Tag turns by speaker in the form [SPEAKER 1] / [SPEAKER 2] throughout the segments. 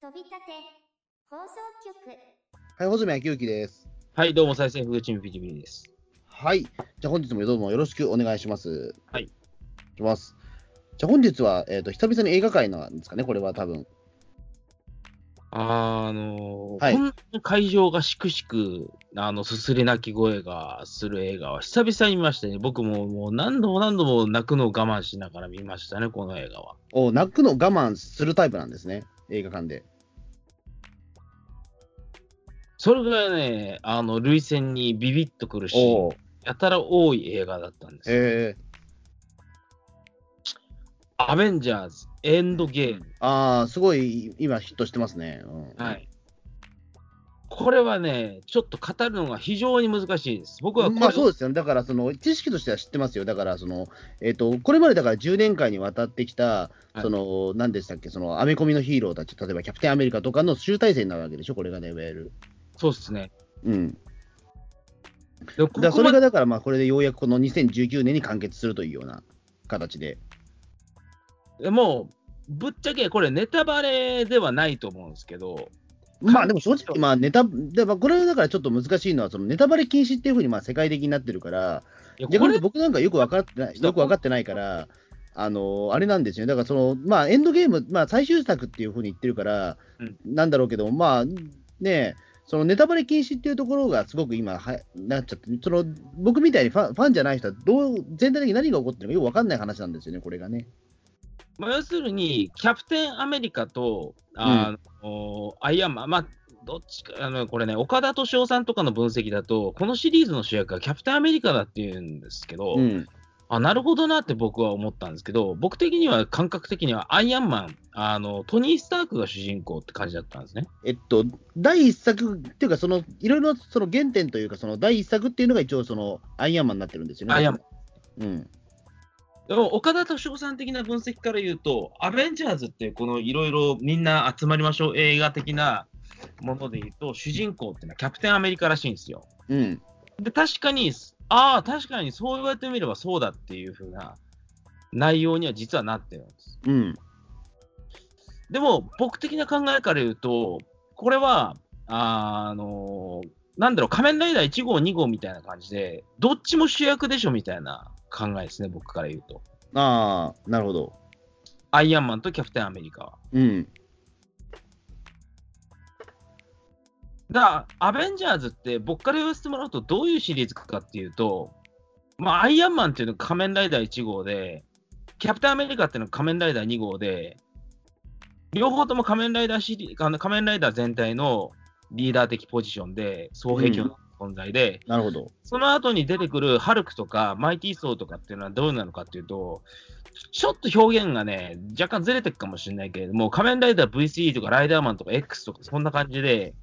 [SPEAKER 1] 飛び立て放送局
[SPEAKER 2] はい、ほずめやきゆきです。
[SPEAKER 3] はい、どうも、再生風チームピチピチです。
[SPEAKER 2] はい。じゃあ本日もどうもよろしくお願いします。
[SPEAKER 3] はい。
[SPEAKER 2] します。じゃあ本日は、えっ、と、久々に映画会なんですかね、これは多分。
[SPEAKER 3] あーあのー
[SPEAKER 2] はい
[SPEAKER 3] こんなに会場がしくしく、あの、すすり泣き声がする映画は久々に見ましたね。僕ももう何度も何度も泣くのを我慢しながら見ましたね、この映画は。
[SPEAKER 2] お泣くの我慢するタイプなんですね、映画館で。
[SPEAKER 3] それぐらいね、あの、涙腺にビビッとくるシーン、
[SPEAKER 2] お。
[SPEAKER 3] やたら多い映画だったんですよ。
[SPEAKER 2] え
[SPEAKER 3] アベンジャーズ、エンドゲーム。
[SPEAKER 2] ー、ああ、すごい今ヒットしてますね。うん、
[SPEAKER 3] は。い。これはね、ちょっと語るのが非常に難しいです。僕はこれを、
[SPEAKER 2] まあそうですよね、だからその知識としては知ってますよ、だからその、えっとこれまでだから10年間にわたってきた、
[SPEAKER 3] はい
[SPEAKER 2] その何でしたっけ、そのアメコミのヒーローたち、例えばキャプテンアメリカとかの集大成になるわけでしょ、これがね、いわゆる。
[SPEAKER 3] そうですね。
[SPEAKER 2] うん、だ
[SPEAKER 3] でここ
[SPEAKER 2] からそ
[SPEAKER 3] ま
[SPEAKER 2] れ
[SPEAKER 3] で
[SPEAKER 2] がだから、まあこれでようやくこの2019年に完結するというような形で。
[SPEAKER 3] でもう、ぶっちゃけこれネタバレではないと思うんですけど、
[SPEAKER 2] まあでも正直、まあネタ、でまあこれだからちょっと難しいのは、そのネタバレ禁止っていうふうにまあ世界的になってるから、
[SPEAKER 3] いや
[SPEAKER 2] 逆
[SPEAKER 3] こ
[SPEAKER 2] に
[SPEAKER 3] れ、
[SPEAKER 2] 僕なんかよく分かってない、よく分かってないから、あのあれなんですよね、だからその、まあ、エンドゲーム、まあ、最終作っていうふうに言ってるから、
[SPEAKER 3] うん
[SPEAKER 2] なんだろうけど、まあね、そのネタバレ禁止っていうところがすごく今は、なっちゃって、その僕みたいにファンファンじゃない人はどう、全体的に何が起こってるのかよく分かんない話なんですよね、これがね。
[SPEAKER 3] まあ、要するに、キャプテンアメリカと、あの、アイアンマン、まあ、どっちか、あの、これね、岡田敏夫さんとかの分析だと、このシリーズの主役がキャプテンアメリカだっていうんですけど、
[SPEAKER 2] うん、
[SPEAKER 3] あ、なるほどなって僕は思ったんですけど、僕的には感覚的にはアイアンマン、あの、トニー・スタークが主人公って感じだったんですね。
[SPEAKER 2] えっと、第一作っていうか、そのいろいろその原点というか、その第一作っていうのが一応、そのアイアンマンになってるんですよね。
[SPEAKER 3] アイアンマ
[SPEAKER 2] ン。うん
[SPEAKER 3] でも岡田敏夫さん的な分析から言うと、アベンジャーズってこのいろいろみんな集まりましょう映画的なもので言うと、主人公ってのはキャプテンアメリカらしいんですよ。
[SPEAKER 2] うん
[SPEAKER 3] で、確かに、ああ、確かにそう言われてみればそうだっていう風な内容には実はなってるんです。
[SPEAKER 2] うん
[SPEAKER 3] でも、僕的な考えから言うと、これは、あーのーなんだろう、仮面ライダー1号、2号みたいな感じで、どっちも主役でしょみたいな考えですね、僕から言うと。
[SPEAKER 2] ああ、なるほど。
[SPEAKER 3] アイアンマンとキャプテンアメリカは。
[SPEAKER 2] うん。
[SPEAKER 3] だからアベンジャーズって僕から言わせてもらうとどういうシリーズかっていうと、まあ、アイアンマンっていうのが仮面ライダー1号で、キャプテンアメリカっていうのが仮面ライダー2号で、両方とも仮面ライダーシリあの仮面ライダー全体のリーダー的ポジションで、総兵器の存在で、
[SPEAKER 2] なるほど。
[SPEAKER 3] その後に出てくるハルクとかマイティーソーとかっていうのはどうなのかっていうと、ちょっと表現がね、若干ずれてるかもしれないけれども、仮面ライダー VCE とかライダーマンとか X とかそんな感じで、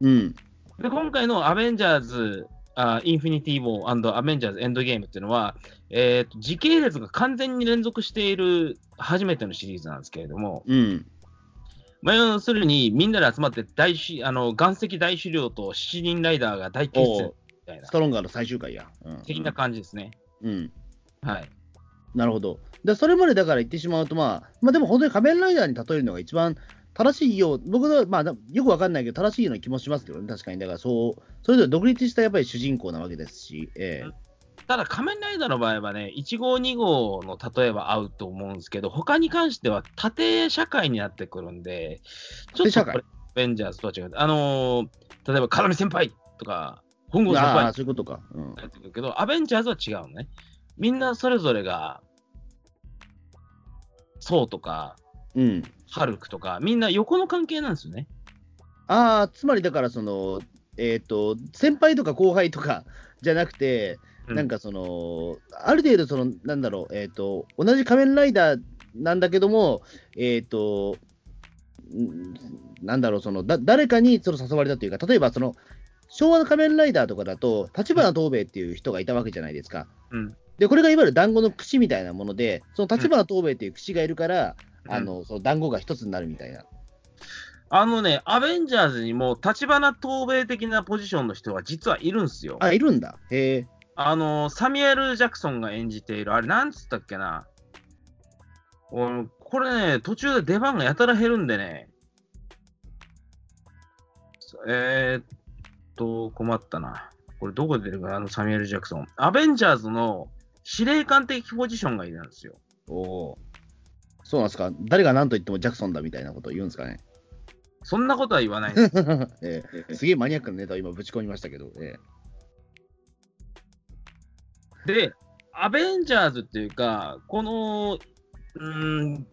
[SPEAKER 2] うん。
[SPEAKER 3] で、今回のアベンジャーズ、あインフィニティ・ウォーアベンジャーズ・エンドゲームっていうのは、えーと時系列が完全に連続している初めてのシリーズなんですけれども、
[SPEAKER 2] うん。
[SPEAKER 3] まあ、要するにみんなで集まって大しあの岩石大狩猟と七人ライダーが大決
[SPEAKER 2] お
[SPEAKER 3] 戦
[SPEAKER 2] う
[SPEAKER 3] みたいな
[SPEAKER 2] ストロンガーの最終回や。うん。
[SPEAKER 3] 的な感じですね。
[SPEAKER 2] うん。
[SPEAKER 3] はい、
[SPEAKER 2] なるほど。で、それまでだから言ってしまうと、まあ、まあでも本当に仮面ライダーに例えるのが一番正しいよう、僕は、まあ、よくわかんないけど、正しいような気もしますけどね、確かに。だから、そう、それぞれ独立したやっぱり主人公なわけですし、ええ
[SPEAKER 3] ただ、仮面ライダーの場合はね、1号、2号の例えば合うと思うんですけど、他に関しては縦社会になってくるんで、ちょ
[SPEAKER 2] 縦
[SPEAKER 3] っ
[SPEAKER 2] 社
[SPEAKER 3] と
[SPEAKER 2] 会
[SPEAKER 3] これ、アベンジャーズとは違う。あのー例えば、風見先輩とか、本郷先輩
[SPEAKER 2] あ
[SPEAKER 3] と
[SPEAKER 2] あ、そういうことか。うん
[SPEAKER 3] か。やってくるけど、アベンジャーズは違うのね。みんなそれぞれが、そうとか、
[SPEAKER 2] うん。
[SPEAKER 3] ハルクとか、みんな横の関係なんですよね。
[SPEAKER 2] ああ、つまりだから、その、えっ、と、先輩とか後輩とか じゃなくて、
[SPEAKER 3] う
[SPEAKER 2] なん、かその、ある程度、その、なんだろう、えっ、と、同じ仮面ライダーなんだけども、えっ、と、んなんだろう、その、だ誰かにその誘われたというか、例えば、その、昭和の仮面ライダーとかだと、立花東兵衛っていう人がいたわけじゃないですか。
[SPEAKER 3] うん
[SPEAKER 2] で、これがいわゆる団子の櫛みたいなもので、その立花東兵衛っていう櫛がいるから、あの、その団子が一つになるみたいな。
[SPEAKER 3] あのね、アベンジャーズにも、立花東米的なポジションの人が実はいるんですよ。
[SPEAKER 2] あ、いるんだ。へえ。
[SPEAKER 3] あの、サミュエル・ジャクソンが演じている、あれ、なんつったっけな。俺、これね、途中で出番がやたら減るんでね、えー、っと、困ったな。これどこで出るかな、あのサミュエル・ジャクソン。アベンジャーズの司令官的ポジションがいるんですよ。
[SPEAKER 2] おーそうなんですか誰が何と言ってもジャクソンだみたいなことを言うんですかね
[SPEAKER 3] そんなことは言わないです。
[SPEAKER 2] ええすげえマニアックなネタを今ぶち込みましたけど、え
[SPEAKER 3] で、アベンジャーズっていうか、この、うーん、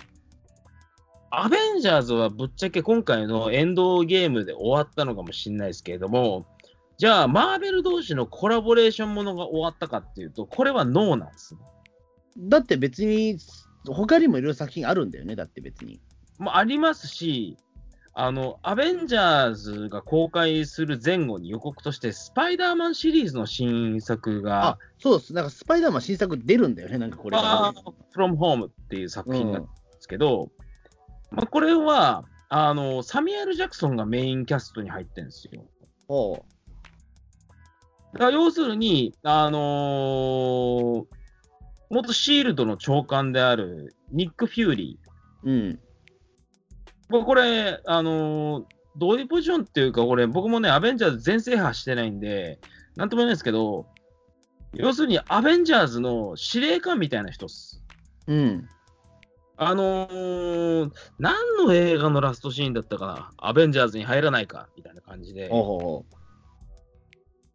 [SPEAKER 3] アベンジャーズはぶっちゃけ今回のエンドゲームで終わったのかもしれないですけれども、じゃあ、マーベル同士のコラボレーションものが終わったかっていうと、これはノーなんですね。
[SPEAKER 2] えだって別に他にもいろいろ作品あるんだよねだって別に
[SPEAKER 3] もうありますし、あの、アベンジャーズが公開する前後に予告として、スパイダーマンシリーズの新作が、
[SPEAKER 2] あそうですなんかスパイダーマン新作出るんだよねなんかこれが
[SPEAKER 3] あー From Home っていう作品なんですけど、まあ、これはあのサミュエル・ジャクソンがメインキャストに入ってるんですよ。
[SPEAKER 2] おう
[SPEAKER 3] だから要するに、あのー元シールドの長官であるニック・フューリー。
[SPEAKER 2] うん
[SPEAKER 3] 僕これ、あのーどういうポジションっていうか、これ、僕もね、アベンジャーズ全制覇してないんで、なんとも言えないですけど、要するにアベンジャーズの司令官みたいな人っす。
[SPEAKER 2] うん
[SPEAKER 3] あのー、何の映画のラストシーンだったかな、アベンジャーズに入らないかみたいな感じで
[SPEAKER 2] おうおうおう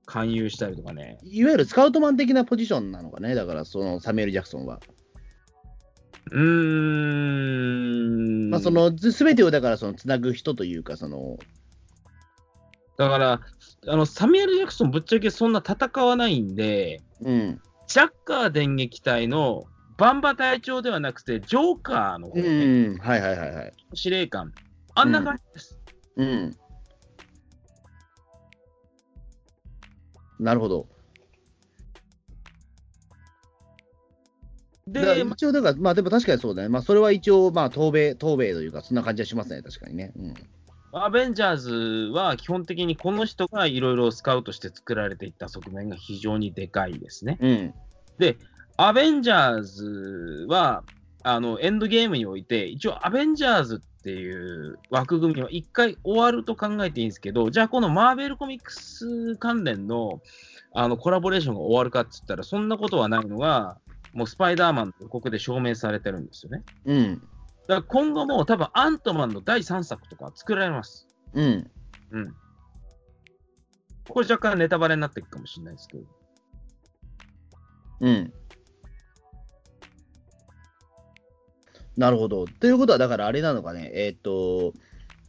[SPEAKER 3] 勧誘したりとかね、
[SPEAKER 2] いわゆるスカウトマン的なポジションなのかねだからそのサミュエル・ジャクソンは、
[SPEAKER 3] うーん、
[SPEAKER 2] まあそのすべてをだからそのつなぐ人というかその
[SPEAKER 3] だからあの、サミュエル・ジャクソン、ぶっちゃけそんな戦わないんで、
[SPEAKER 2] うん
[SPEAKER 3] ジャッカー電撃隊のバンバ隊長ではなくて、ジョーカーの方
[SPEAKER 2] う
[SPEAKER 3] ね、
[SPEAKER 2] んはいはいはいはい
[SPEAKER 3] 司令官、あんな感じです。
[SPEAKER 2] うんなるほどだから
[SPEAKER 3] で、ま
[SPEAKER 2] 一応、だから、まあでも確かにそうだね。まあそれは一応、まあ東米、東米というか、そんな感じはしますね、確かにね。うん。
[SPEAKER 3] アベンジャーズは基本的にこの人がいろいろスカウトして作られていった側面が非常にでかいですね。
[SPEAKER 2] うん。
[SPEAKER 3] アベンジャーズは、あの、エンドゲームにおいて、一応アベンジャーズっていう枠組みは一回終わると考えていいんですけど、じゃあこのマーベルコミックス関連のあのコラボレーションが終わるかって言ったら、そんなことはないのが、もうスパイダーマンの予告で証明されてるんですよね。
[SPEAKER 2] うん。
[SPEAKER 3] だから今後も多分アントマンの第3作とか作られます。
[SPEAKER 2] うん。
[SPEAKER 3] うん。これ若干ネタバレになっていくかもしれないですけど。
[SPEAKER 2] うん。なるほど。ということは、だからあれなのかね、えーっと、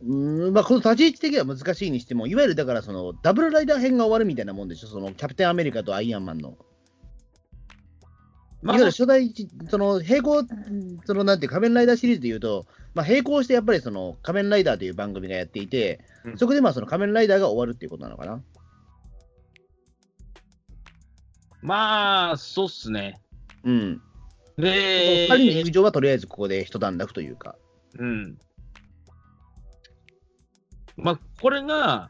[SPEAKER 2] うーんまあ、この立ち位置的には難しいにしても、いわゆるだからそのダブルライダー編が終わるみたいなもんでしょ、そのキャプテンアメリカとアイアンマンの。い
[SPEAKER 3] ま
[SPEAKER 2] わ
[SPEAKER 3] あ
[SPEAKER 2] ゆる初代、その並行、そのなんていう仮面ライダーシリーズでいうと、まあ、並行してやっぱりその仮面ライダーという番組がやっていて、
[SPEAKER 3] うん
[SPEAKER 2] そこでまあその仮面ライダーが終わるっていうことなのかな。
[SPEAKER 3] まあ、そうっすね。
[SPEAKER 2] うん。2
[SPEAKER 3] で、
[SPEAKER 2] 人の友情はとりあえずここで一段落というか。
[SPEAKER 3] うん。まあ、これが、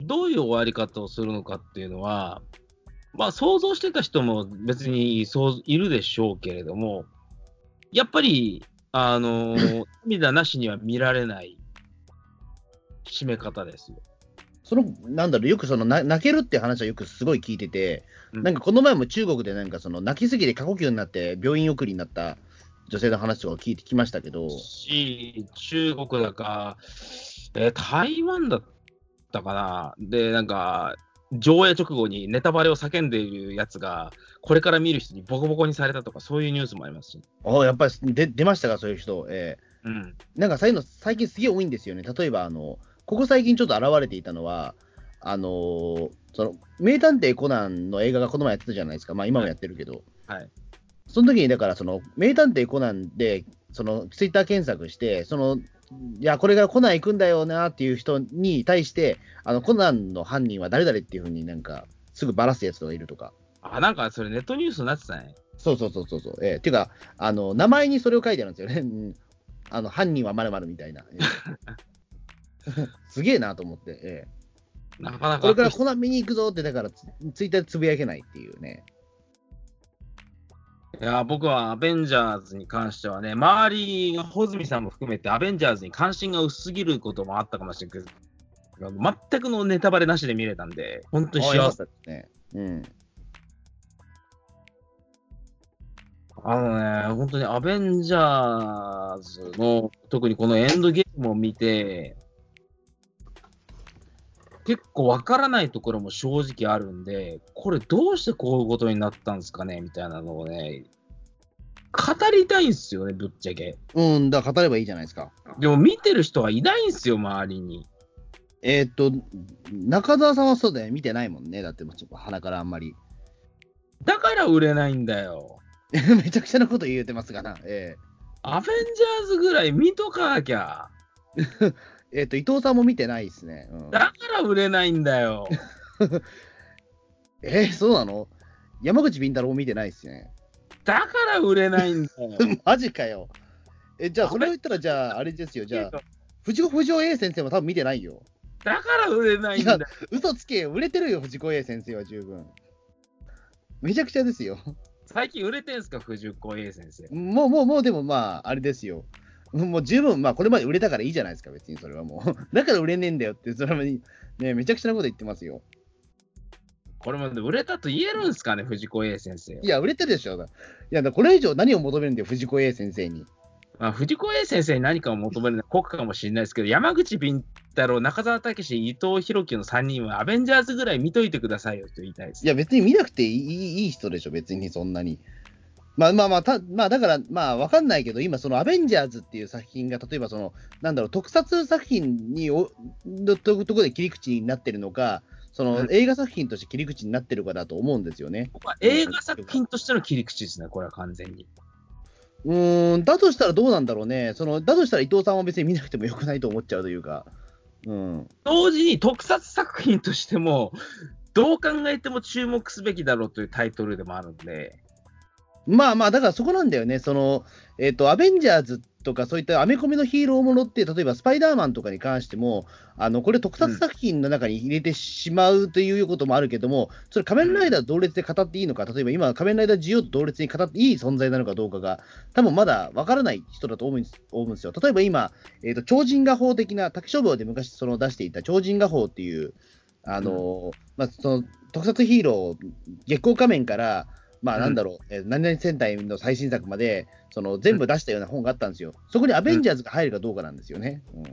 [SPEAKER 3] どういう終わり方をするのかっていうのは、まあ、想像してた人も別にそういるでしょうけれども、やっぱり、あのー涙なしには見られない締め方ですよ。
[SPEAKER 2] その、なんだろう、よくそのな泣けるって話はよくすごい聞いてて、
[SPEAKER 3] うん
[SPEAKER 2] なんかこの前も中国でなんかその泣きすぎて過呼吸になって病院送りになった女性の話とかを聞いてきましたけど、
[SPEAKER 3] し、中国だか、えー台湾だったかな。で、なんか、上映直後にネタバレを叫んでいるやつが、これから見る人にボコボコにされたとか、そういうニュースもありますし。
[SPEAKER 2] ああ、やっぱりで出ましたか、そういう人。えー
[SPEAKER 3] うん。
[SPEAKER 2] なんかそういうの最近すげえ多いんですよね。例えば、あの、ここ最近ちょっと現れていたのは、あのーその、名探偵コナンの映画がこの前やってたじゃないですか。まあ今もやってるけど。
[SPEAKER 3] はい。
[SPEAKER 2] その時に、だから、その、名探偵コナンで、その、ツイッター検索して、その、いや、これからコナン行くんだよなっていう人に対して、あの、コナンの犯人は誰々っていうふうになんか、すぐばらすやつがいるとか。
[SPEAKER 3] あ、なんかそれネットニュースになってたね。
[SPEAKER 2] そうそうそうそうそう。ええていうか、あの、名前にそれを書いてあるんですよね。 うんあの、犯人はまるまるみたいな。ええ すげえなと思って、ええ
[SPEAKER 3] なかな
[SPEAKER 2] こ
[SPEAKER 3] か
[SPEAKER 2] れからコナン見に行くぞって、だからツ、ツイッターでつぶやけないっていうね。
[SPEAKER 3] いや、僕はアベンジャーズに関してはね、周り、穂積さんも含めて、アベンジャーズに関心が薄すぎることもあったかもしれないけど、全くのネタバレなしで見れたんで、本当に
[SPEAKER 2] あよかっ
[SPEAKER 3] 幸せ。
[SPEAKER 2] たですね。うん。
[SPEAKER 3] あのね、本当にアベンジャーズの、特にこのエンドゲームを見て、結構わからないところも正直あるんで、これどうしてこういうことになったんですかねみたいなのをね、語りたいんですよね、ぶっちゃけ。
[SPEAKER 2] うん、だから語ればいいじゃないですか。
[SPEAKER 3] でも見てる人はいないんですよ、周りに。
[SPEAKER 2] えーっと、中澤さんはそうだよ、見てないもんね。だって、ちょっと鼻からあんまり。
[SPEAKER 3] だから売れないんだよ。
[SPEAKER 2] めちゃくちゃなこと言うてますがな。え
[SPEAKER 3] アベンジャーズぐらい見とかなきゃ。
[SPEAKER 2] ーえーっと、伊藤さんも見てないですね。うん、
[SPEAKER 3] だから売れないんだよ。
[SPEAKER 2] えーそうなの山口敏太郎見てないですね。
[SPEAKER 3] だから売れないんだよ。
[SPEAKER 2] マジかよ。え、じゃあ、それを言ったら、じゃあ、あれです よ。じゃあ、藤子不二雄 A 先生も多分見てないよ。
[SPEAKER 3] だから売れないんだよ。
[SPEAKER 2] 嘘つけよ、売れてるよ、藤子 A 先生は十分。めちゃくちゃですよ。
[SPEAKER 3] 最近売れてんすか、藤子 A 先生。
[SPEAKER 2] もう、もう、もう、でもまあ、あれですよ。もう十分、まあ、これまで売れたからいいじゃないですか、別にそれはもう。 だから売れねえんだよって、それはね、めちゃくちゃなこと言ってますよ。
[SPEAKER 3] これまで売れたと言えるんすかね、藤子 A 先生。
[SPEAKER 2] いや、売れてるでしょ。いや、だこれ以上何を求めるんだよ、藤子 A 先生に。
[SPEAKER 3] まあ、藤子 A 先生に何かを求めるのは国家かもしれないですけど、山口敏太郎、中澤武史、伊藤博樹の3人はアベンジャーズぐらい見といてくださいよと言いたいです
[SPEAKER 2] い。や、別に見なくていいいい人でしょ、別にそんなに。まあまあまあ、たまあ、だから、まあ、わかんないけど、今、そのアベンジャーズっていう作品が、例えば、その、なんだろう、特撮作品におのとところで切り口になってるのか、その、
[SPEAKER 3] うん
[SPEAKER 2] 映画作品として切り口になってるかだと思うんですよね。
[SPEAKER 3] ここは映画作品としての切り口ですね、これは完全に。
[SPEAKER 2] うーん、だとしたらどうなんだろうね。その、だとしたら伊藤さんは別に見なくてもよくないと思っちゃうというか。うん。
[SPEAKER 3] 同時に特撮作品としても、どう考えても注目すべきだろうというタイトルでもあるんで、
[SPEAKER 2] まあまあ、だからそこなんだよね、その、えっ、と、アベンジャーズとか、そういったアメコミのヒーローものって、例えばスパイダーマンとかに関しても、あのこれ、特撮作品の中に入れてしまうということもあるけども、それ、仮面ライダー同列で語っていいのか、例えば今、仮面ライダー GO と同列に語っていい存在なのかどうかが、多分まだ分からない人だと思うんです思うんですよ。例えば今、えっと超人画法的な、竹書房で昔その出していた超人画法っていう、あのまあ、その特撮ヒーロー、月光仮面から、まあなんだろう、えー何々戦隊の最新作まで、その全部出したような本があったんですよ。そこにアベンジャーズが入るかどうかなんですよね。うん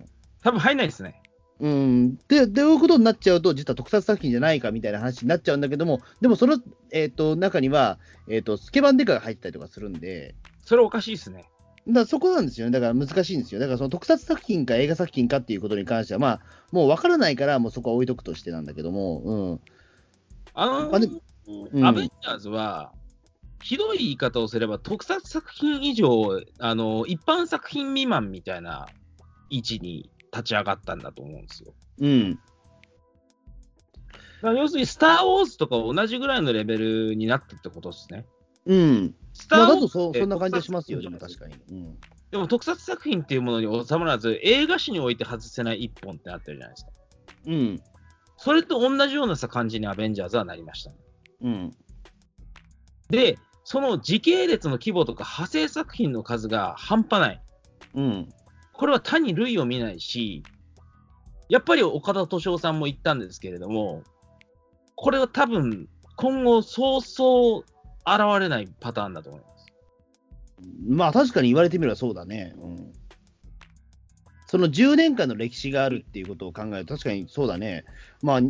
[SPEAKER 3] 多分入んないですね。
[SPEAKER 2] うん、で、でいうことになっちゃうと、実は特撮作品じゃないかみたいな話になっちゃうんだけども、でもその、えー、と中には、えーと、スケバンデカが入ってたりとかするんで、
[SPEAKER 3] それおかしいですね。
[SPEAKER 2] だからそこなんですよね、だから難しいんですよ、だからその特撮作品か映画作品かっていうことに関しては、まあ、もう分からないから、もうそこは置いとくとしてなんだけども、うん、
[SPEAKER 3] あのー
[SPEAKER 2] あでうん
[SPEAKER 3] アベンジャーズは、ひどい言い方をすれば、特撮作品以上、あのー一般作品未満みたいな位置に立ち上がったんだと思うんですよ。
[SPEAKER 2] うん、
[SPEAKER 3] だから要するに、スター・ウォーズとか同じぐらいのレベルになったってことですね。
[SPEAKER 2] うん、
[SPEAKER 3] スター・
[SPEAKER 2] ま
[SPEAKER 3] ウ
[SPEAKER 2] あ、
[SPEAKER 3] ォ
[SPEAKER 2] だ
[SPEAKER 3] ーズ
[SPEAKER 2] とそ
[SPEAKER 3] って
[SPEAKER 2] そんな感じはしますよ、で
[SPEAKER 3] 特
[SPEAKER 2] も
[SPEAKER 3] 撮
[SPEAKER 2] 確
[SPEAKER 3] 作品
[SPEAKER 2] かに。うん
[SPEAKER 3] でも特撮作品っていうものに収まらず、映画史において外せない一本ってなってるじゃないですか。
[SPEAKER 2] うん
[SPEAKER 3] それと同じようなさ感じにアベンジャーズはなりましたね、
[SPEAKER 2] うん
[SPEAKER 3] で、その時系列の規模とか派生作品の数が半端ない。
[SPEAKER 2] うん
[SPEAKER 3] これは他に類を見ないし、やっぱり岡田敏夫さんも言ったんですけれども、これは多分今後そうそう現れないパターンだと思います。
[SPEAKER 2] まあ確かに言われてみればそうだね。うん、その10年間の歴史があるっていうことを考えると、確かにそうだね。まあ、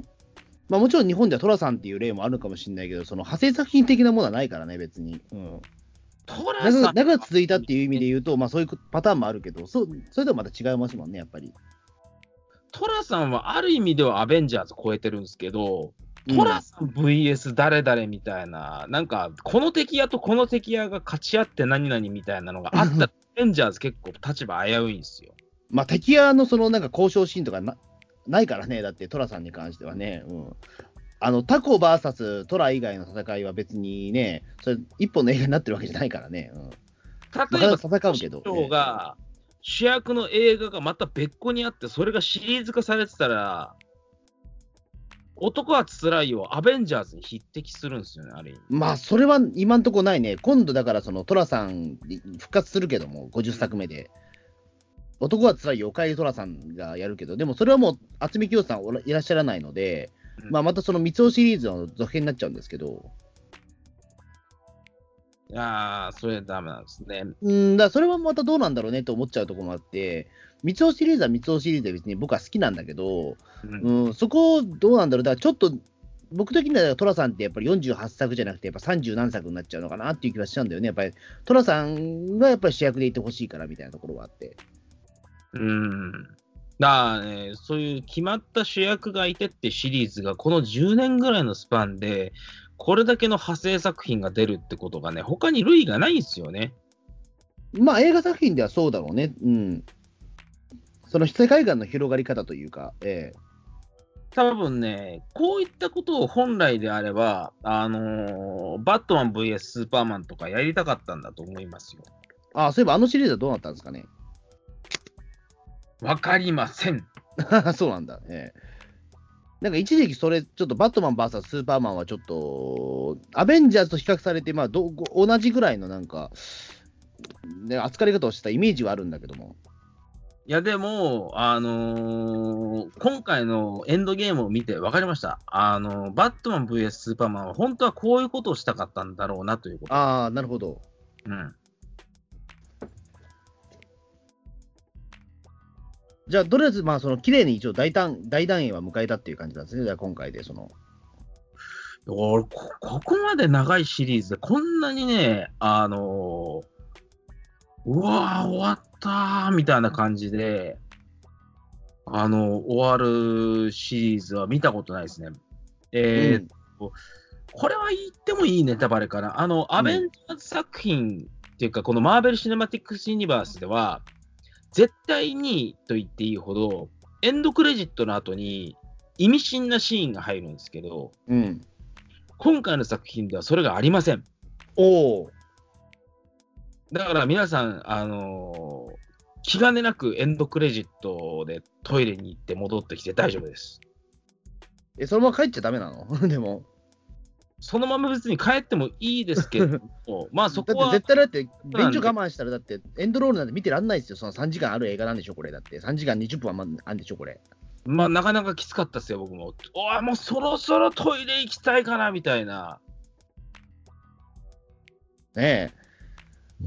[SPEAKER 2] まあ、もちろん日本では寅さんっていう例もあるかもしれないけど、その派生作品的なものはないからね、別に。うん、
[SPEAKER 3] トラ
[SPEAKER 2] 長
[SPEAKER 3] さ
[SPEAKER 2] く
[SPEAKER 3] ん
[SPEAKER 2] 長く続いたっていう意味で言うと、まあそういうパターンもあるけど、そうそれとはまた違いますもんね、やっぱり。
[SPEAKER 3] トラさんはある意味ではアベンジャーズ超えてるんですけど、
[SPEAKER 2] うん
[SPEAKER 3] トラさん VS 誰々みたいな、なんかこの敵屋とこの敵屋が勝ち合って何々みたいなのがあったら、アベンジャーズ結構立場危ういんですよ。
[SPEAKER 2] まあ敵屋のそのなんか交渉シーンとかなないからね、だって寅さんに関してはね。うんあのタコ VS トラ以外の戦いは別にね、それ一本の映画になってるわけじゃないからね。うん
[SPEAKER 3] 例えば、
[SPEAKER 2] まあ戦うけど
[SPEAKER 3] 師匠が主役の映画がまた別個にあって、それがシリーズ化されてたら、男はつらいよ、アベンジャーズに匹敵するんですよね、あれ。
[SPEAKER 2] まあ、それは今んとこないね。今度、だから、その、トラさん、復活するけども、50作目で。男は辛いよ、おかえりトラさんがやるけど、でもそれはもう、渥美清さんおらいらっしゃらないので、
[SPEAKER 3] うん
[SPEAKER 2] まあ、またその、三尾シリーズの続編になっちゃうんですけど、
[SPEAKER 3] いやー、それダメなんですね。
[SPEAKER 2] うん、だからそれはまたどうなんだろうねと思っちゃうところもあって、三尾シリーズは三尾シリーズで別に僕は好きなんだけど、
[SPEAKER 3] うん
[SPEAKER 2] うん、そこどうなんだろう、だからちょっと、僕的にはトラさんってやっぱり48作じゃなくて、やっぱ30何作になっちゃうのかなっていう気はしちゃうんだよね、やっぱりトラさんがやっぱり主役でいてほしいからみたいなところはあって、
[SPEAKER 3] うん。だからね、そういう決まった主役がいてってシリーズが、この10年ぐらいのスパンで、これだけの派生作品が出るってことがね、他に類がないんですよね。
[SPEAKER 2] まあ映画作品ではそうだろうね、うん、その世界観の広がり方というか、ええ
[SPEAKER 3] 多分ね、こういったことを本来であれば、あのーバットマン VS スーパーマンとかやりたかったんだと思いますよ。
[SPEAKER 2] あそういえばあのシリーズはどうなったんですかね、
[SPEAKER 3] わかりません。
[SPEAKER 2] そうなんだ、ええなんか一時期、それ、ちょっとバットマン VS スーパーマンはちょっと、アベンジャーズと比較されて、まあど、同じぐらいのなんか、ね、扱い方をしてたイメージはあるんだけども。
[SPEAKER 3] いや、でも、あのー今回のエンドゲームを見て分かりました。あのーバットマン VS スーパーマンは本当はこういうことをしたかったんだろうなということ。
[SPEAKER 2] ああ、なるほど。
[SPEAKER 3] うん。
[SPEAKER 2] じゃあ、とりあえず、まあ、その、綺麗に一応大胆、大団円は迎えたっていう感じなんですね。じゃあ、今回で、その。
[SPEAKER 3] 俺こ、ここまで長いシリーズで、こんなにね、あのーうわー、終わったー、みたいな感じで、あの終わるシリーズは見たことないですね。えー
[SPEAKER 2] うん
[SPEAKER 3] これは言ってもいいネタバレかな。あの、アベンジャーズ作品っていうか、このマーベル・シネマティックス・ユニバースでは、絶対にと言っていいほど、エンドクレジットの後に意味深なシーンが入るんですけど、
[SPEAKER 2] うん。
[SPEAKER 3] 今回の作品ではそれがありません。
[SPEAKER 2] おお。
[SPEAKER 3] だから皆さん、あのー気兼ねなくエンドクレジットでトイレに行って戻ってきて大丈夫です。
[SPEAKER 2] え、そのまま帰っちゃダメなの でも。
[SPEAKER 3] そのまま別に帰ってもいいですけど、 まあそこ
[SPEAKER 2] だっ
[SPEAKER 3] は
[SPEAKER 2] て絶対だって、便所我慢したら、だって、エンドロールなんて見てらんないですよ。その3時間ある映画なんでしょ、これ。だって、3時間20分はまあんでしょ、これ。
[SPEAKER 3] まあ、なかなかきつかったですよ、僕も。おいもうそろそろトイレ行きたいかな、みたいな。
[SPEAKER 2] ねえ。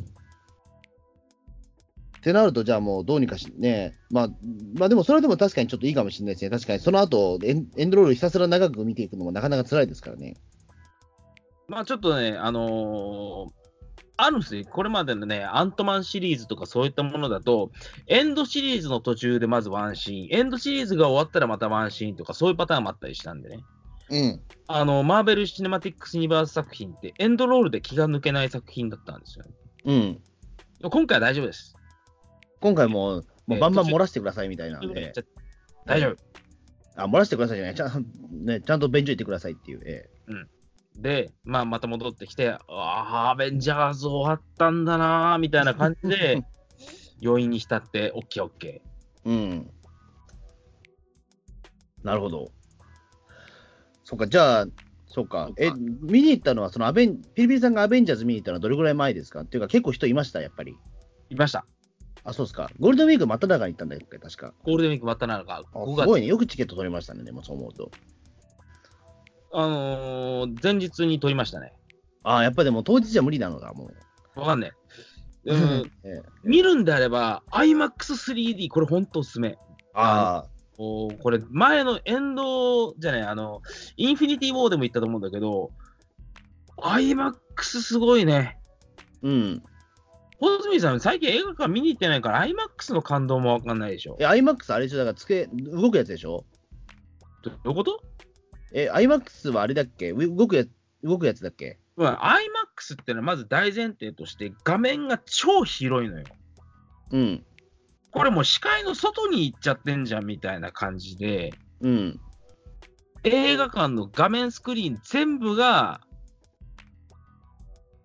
[SPEAKER 2] ってなると、じゃあもうどうにかしねえ、まあ、まあでもそれでも確かにちょっといいかもしれないですね。確かにその後エン、エンドロールひたすら長く見ていくのもなかなか辛いですからね。
[SPEAKER 3] まあ、ちょっとね、あのーあるんですよ。これまでのね、アントマンシリーズとかそういったものだと、エンドシリーズの途中でまずワンシーン、エンドシリーズが終わったらまたワンシーンとか、そういうパターンもあったりしたんでね。
[SPEAKER 2] うん。
[SPEAKER 3] あの、マーベル・シネマティックス・ユニバース作品って、エンドロールで気が抜けない作品だったんですよね。
[SPEAKER 2] うん。
[SPEAKER 3] 今回は大丈夫です。
[SPEAKER 2] 今回も、も
[SPEAKER 3] え
[SPEAKER 2] う
[SPEAKER 3] え
[SPEAKER 2] バンバン漏らしてくださいみたいなんで、
[SPEAKER 3] 大丈夫。
[SPEAKER 2] あ、漏らしてくださいじゃない、ちゃん,、ね、ちゃんと便所行ってくださいっていう。え
[SPEAKER 3] で、まあ、また戻ってきて、ああ、アベンジャーズ終わったんだなーみたいな感 じで、余韻に浸って、オッケーオッケ
[SPEAKER 2] え
[SPEAKER 3] ー。
[SPEAKER 2] うん。なるほど。そっか、じゃあ、そっか
[SPEAKER 3] そっ。か
[SPEAKER 2] え、見に行ったのは、そのアベン、ピリピリさんがアベンジャーズ見に行ったのはどれぐらい前ですかっていうか、結構人いました、やっぱり。
[SPEAKER 3] いました。
[SPEAKER 2] あ、そうですか。ゴールデンウィーク真っ只中に行ったんだっけ、確か。
[SPEAKER 3] ゴールデンウィークまたなのか、
[SPEAKER 2] あ
[SPEAKER 3] 5
[SPEAKER 2] す
[SPEAKER 3] 月、
[SPEAKER 2] ごいね。よくチケット取りましたね、でもそう思うと。
[SPEAKER 3] あのー前日に撮りましたね。
[SPEAKER 2] ああ、やっぱでも当日じゃ無理なのだ、も
[SPEAKER 3] わかんねえ。
[SPEAKER 2] う。
[SPEAKER 3] うん、
[SPEAKER 2] ええ
[SPEAKER 3] 見るんであれば、IMAX3D、これ本当おすすめ。
[SPEAKER 2] ああ、
[SPEAKER 3] おーこれ、前のエンドじゃない、あの、インフィニティ・ウォーでも言ったと思うんだけど、IMAX すごいね。
[SPEAKER 2] うん。
[SPEAKER 3] ホズミさん、最近映画館見に行ってないから、IMAX の感動もわかんないでしょ。
[SPEAKER 2] え、IMAX あれでしょ、だから机、動くやつでしょ
[SPEAKER 3] どどういうこと、
[SPEAKER 2] え、IMAX はあれだっけう動くや動くやつだっけ
[SPEAKER 3] まあ、?IMAX ってのはまず大前提として、画面が超広いのよ。
[SPEAKER 2] うん。
[SPEAKER 3] これもう視界の外に行っちゃってんじゃんみたいな感じで、
[SPEAKER 2] うん。
[SPEAKER 3] 映画館の画面スクリーン全部が、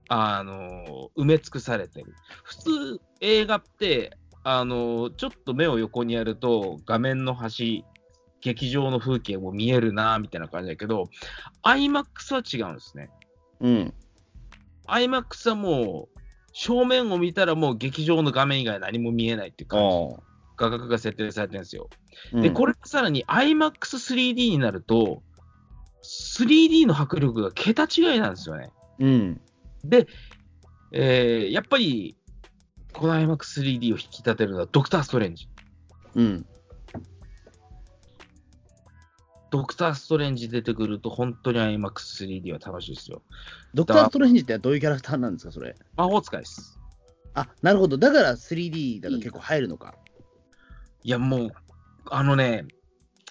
[SPEAKER 3] あの埋め尽くされてる。普通、映画って、あのちょっと目を横にやると、画面の端、劇場の風景も見えるなみたいな感じだけど、IMAX は違うんですね。
[SPEAKER 2] うん。
[SPEAKER 3] IMAX はもう、正面を見たらもう劇場の画面以外何も見えないってい
[SPEAKER 2] あ
[SPEAKER 3] う感じ。
[SPEAKER 2] あ。
[SPEAKER 3] 画角が設定されてるんですよ。
[SPEAKER 2] うん
[SPEAKER 3] で、これがさらに IMAX3D になると、3D の迫力が桁違いなんですよね。
[SPEAKER 2] うん。
[SPEAKER 3] で、えーやっぱり、この IMAX3D を引き立てるのはドクター・ストレンジ。
[SPEAKER 2] うん。
[SPEAKER 3] ドクター・ストレンジ出てくると、本当に IMAX3D は楽しいですよ。
[SPEAKER 2] ドクター・ストレンジってどういうキャラクターなんですか、それ。
[SPEAKER 3] 魔法使いです。
[SPEAKER 2] あ、なるほど。だから 3D だと結構入るのか。
[SPEAKER 3] いや、もう、あのね、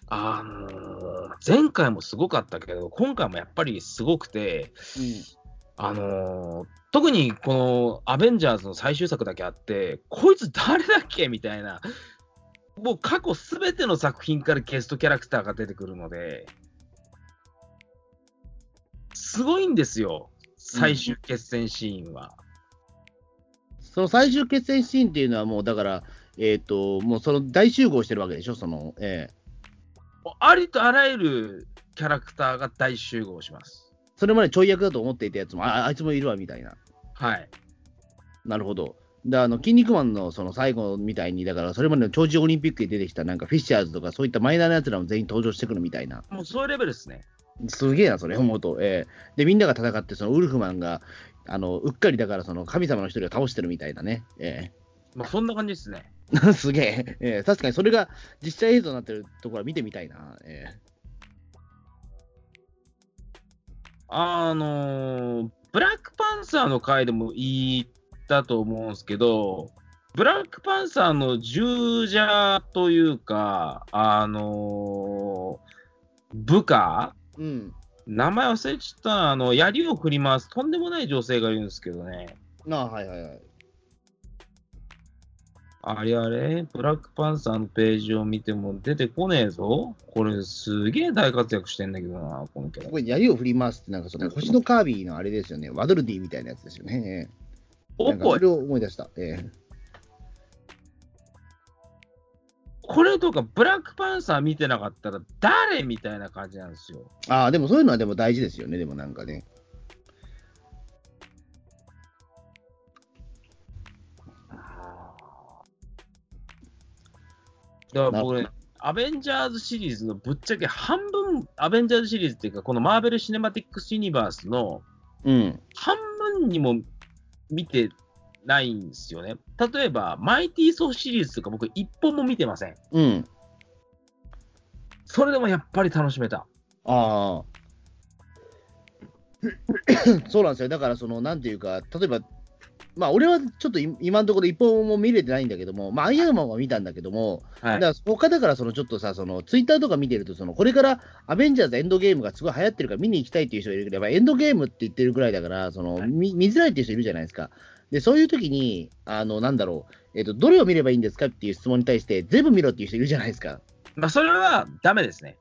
[SPEAKER 3] あのー前回もすごかったけど、今回もやっぱりすごくて、あのー特にこのアベンジャーズの最終作だけあって、こいつ誰だっけみたいな、もう過去すべての作品からゲストキャラクターが出てくるので、すごいんですよ、最終決戦シーンは。
[SPEAKER 2] その最終決戦シーンっていうのはもう、だから、えっ、と、もうその大集合してるわけでしょ、その、ええ
[SPEAKER 3] もうありとあらゆるキャラクターが大集合します。
[SPEAKER 2] それまでちょい役だと思っていたやつも、ああいつもいるわ、みたいな。
[SPEAKER 3] はい。
[SPEAKER 2] なるほど。で、あの、筋肉マンのその最後みたいに、だから、それまでの長寿オリンピックに出てきた、なんか、フィッシャーズとか、そういったマイナーなやつらも全員登場してくるみたいな。
[SPEAKER 3] もうそういうレベルですね。
[SPEAKER 2] すげえな、それ、思うと。ええで、みんなが戦って、そのウルフマンが、あの、うっかりだから、その、神様の一人を倒してるみたいなね。え
[SPEAKER 3] まあ、そんな感じですね。
[SPEAKER 2] え すげえええ確かに、それが実写映像になってるところは見てみたいな。ええ
[SPEAKER 3] あのーブラックパンサーの回でも言ったと思うんですけど、ブラックパンサーの従者というか、あのー部下
[SPEAKER 2] うん。
[SPEAKER 3] 名前忘れちゃったなあの、槍を振り回すとんでもない女性がいるんですけどね。
[SPEAKER 2] ああ、はいはいはい。
[SPEAKER 3] あれあれブラックパンサーのページを見ても出てこねえぞ。これすげえ大活躍してんだけどな、このキャ
[SPEAKER 2] こ
[SPEAKER 3] ラ。
[SPEAKER 2] こに槍を振り回すって、なんか、その、星のカービィのあれですよね。ワドルディみたいなやつですよね。ええ
[SPEAKER 3] お
[SPEAKER 2] なん
[SPEAKER 3] っ
[SPEAKER 2] か
[SPEAKER 3] ぽ
[SPEAKER 2] そ
[SPEAKER 3] い
[SPEAKER 2] れを思い出した。ええ
[SPEAKER 3] これとかブラックパンサー見てなかったら誰みたいな感じなんですよ。
[SPEAKER 2] ああ、でもそういうのはでも大事ですよね、でもなんかね。
[SPEAKER 3] だから
[SPEAKER 2] な
[SPEAKER 3] 僕ね、アベンジャーズシリーズのぶっちゃけ半分、アベンジャーズシリーズっていうか、このマーベル・シネマティックス・ユニバースの
[SPEAKER 2] うん。
[SPEAKER 3] 半分にも見てないんですよね。例えば、マイティー・ソーシリーズとか僕一本も見てません。
[SPEAKER 2] うん。
[SPEAKER 3] それでもやっぱり楽しめた。
[SPEAKER 2] ああ。 そうなんですよ。だから、その、なんていうか、例えば、まあ、俺はちょっとい今のところ一本も見れてないんだけども、まあ、アイアンマンは見たんだけども、
[SPEAKER 3] はい。
[SPEAKER 2] だから他だから、そのちょっとさ、そのツイッターとか見てると、そのこれからアベンジャーズエンドゲームがすごい流行ってるから見に行きたいっていう人がいるけど、やっぱエンドゲームって言ってるぐらいだから、その
[SPEAKER 3] はい
[SPEAKER 2] 見見づらいっていう人いるじゃないですか。で、そういう時に、あの、なんだろう、えっと、どれを見ればいいんですかっていう質問に対して、全部見ろっていう人いるじゃないですか。
[SPEAKER 3] まあ、それはダメですね。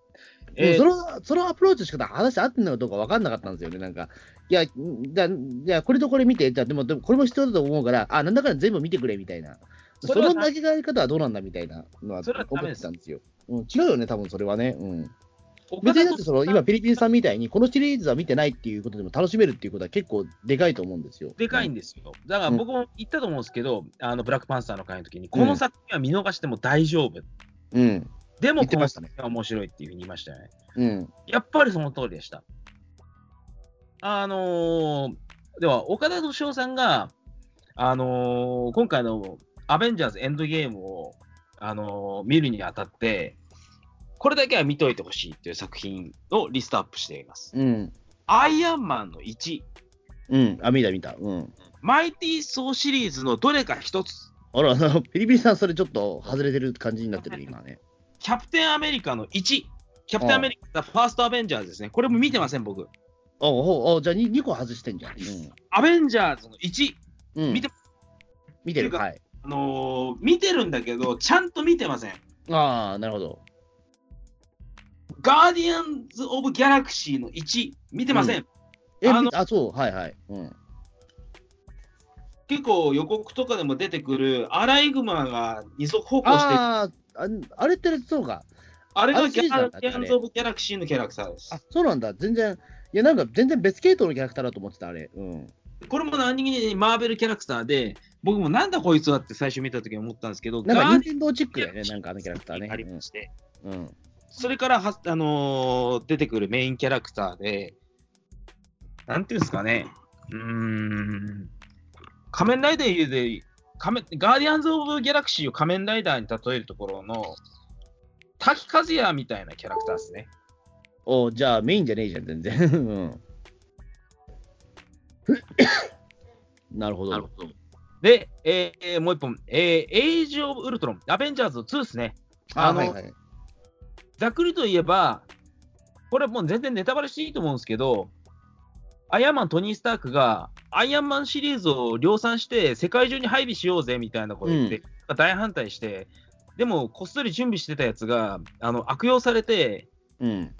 [SPEAKER 2] でも
[SPEAKER 3] えー
[SPEAKER 2] そのそのアプローチの仕方、話合ってんのかどうか分かんなかったんですよね、なんか。いや、じゃじゃあこれとこれ見て、じゃあでも、でもこれも必要だと思うから、あ、なんだかんだ全部見てくれみたいな。そ
[SPEAKER 3] それは
[SPEAKER 2] の投げ替え方はどうなんだみたいなのは
[SPEAKER 3] それはダ
[SPEAKER 2] 思
[SPEAKER 3] メ
[SPEAKER 2] っ
[SPEAKER 3] で
[SPEAKER 2] て
[SPEAKER 3] す
[SPEAKER 2] たんですよ。うん、違うよね、多分それはね。うん。
[SPEAKER 3] 岡
[SPEAKER 2] 別
[SPEAKER 3] 田
[SPEAKER 2] にだってその、今、ピリピリさんみたいに、このシリーズは見てないっていうことでも楽しめるっていうことは結構でかいと思うんですよ。
[SPEAKER 3] でかい
[SPEAKER 2] うん
[SPEAKER 3] んですよ。だから僕も言ったと思うんですけど、あのブラックパンサーの会の時に、この作品は見逃しても大丈夫。
[SPEAKER 2] うん。
[SPEAKER 3] でも、
[SPEAKER 2] 言ってま
[SPEAKER 3] この
[SPEAKER 2] した
[SPEAKER 3] 作
[SPEAKER 2] ね
[SPEAKER 3] 品は面白いっていうふうに言いましたよね。
[SPEAKER 2] うん。
[SPEAKER 3] やっぱりその通りでした。あのーでは、岡田斗司夫さんが、あのー今回のアベンジャーズエンドゲームを、あのー見るにあたって、これだけは見といてほしいっていう作品をリストアップしています。
[SPEAKER 2] うん。
[SPEAKER 3] アイアンマンの1、
[SPEAKER 2] うん。あ、見た見た。うん。
[SPEAKER 3] マイティー・ソーシリーズのどれか一つ、
[SPEAKER 2] あら、あのピリピリさん、それちょっと外れてる感じになってる、今ね。
[SPEAKER 3] キャプテンアメリカの1、キャプテンアメリカ、ファーストアベンジャーズですね。これも見てません、僕。
[SPEAKER 2] あ、おおじゃあ 2, 個外してんじゃん。
[SPEAKER 3] アベンジャーズの1、
[SPEAKER 2] うん。うん
[SPEAKER 3] 見て
[SPEAKER 2] 見てる。
[SPEAKER 3] っていうか
[SPEAKER 2] はい。
[SPEAKER 3] あのー見てるんだけど、ちゃんと見てません。
[SPEAKER 2] ああ、なるほど。
[SPEAKER 3] ガーディアンズ・オブ・ギャラクシーの1、見てません。
[SPEAKER 2] うえ、
[SPEAKER 3] あの
[SPEAKER 2] 見たあ、そう、はいはい。うん。
[SPEAKER 3] 結構予告とかでも出てくるアライグマが二足歩行して
[SPEAKER 2] あーあ、あれってそうか。
[SPEAKER 3] あれ
[SPEAKER 2] あ
[SPEAKER 3] が
[SPEAKER 2] れ
[SPEAKER 3] ギ
[SPEAKER 2] シリーズなん
[SPEAKER 3] ャ
[SPEAKER 2] だ
[SPEAKER 3] ラギャンズ・オブ・ギャラクシーのキャラクターです
[SPEAKER 2] あ。、そうなんだ。全然、いや、なんか全然別系統のキャラクターだと思ってた、あれ。うん。
[SPEAKER 3] これも何気にマーベルキャラクターで、僕もなんだこいつはって最初見た時に思ったんですけど、
[SPEAKER 2] なんか、
[SPEAKER 3] ガ
[SPEAKER 2] ニ
[SPEAKER 3] ー
[SPEAKER 2] ン
[SPEAKER 3] デ
[SPEAKER 2] テンドーチックだよね、
[SPEAKER 3] ィア
[SPEAKER 2] なんかあのキャラクターね。
[SPEAKER 3] ありまして、
[SPEAKER 2] うん。うん
[SPEAKER 3] それからは、あのー出てくるメインキャラクターで、なんていうんですかね、うーん、仮面ライダーで仮面、ガーディアンズ・オブ・ギャラクシーを仮面ライダーに例えるところの、滝和也みたいなキャラクターですね。
[SPEAKER 2] おじゃあ、メインじゃねえじゃん、全然。 うん。 なるほど。
[SPEAKER 3] なるほど。で、えーえーもう一本、えーエイジ・オブ・ウルトロン、アベンジャーズ2ですね。
[SPEAKER 2] あ
[SPEAKER 3] あの
[SPEAKER 2] はいはい。
[SPEAKER 3] ざっくりと言えば、これもう全然ネタバレしていいと思うんですけど、アイアンマン、トニー・スタークが、アイアンマンシリーズを量産して、世界中に配備しようぜみたいなこと言って、大反対して、でも、こっそり準備してたやつが、あの悪用されて、
[SPEAKER 2] うん。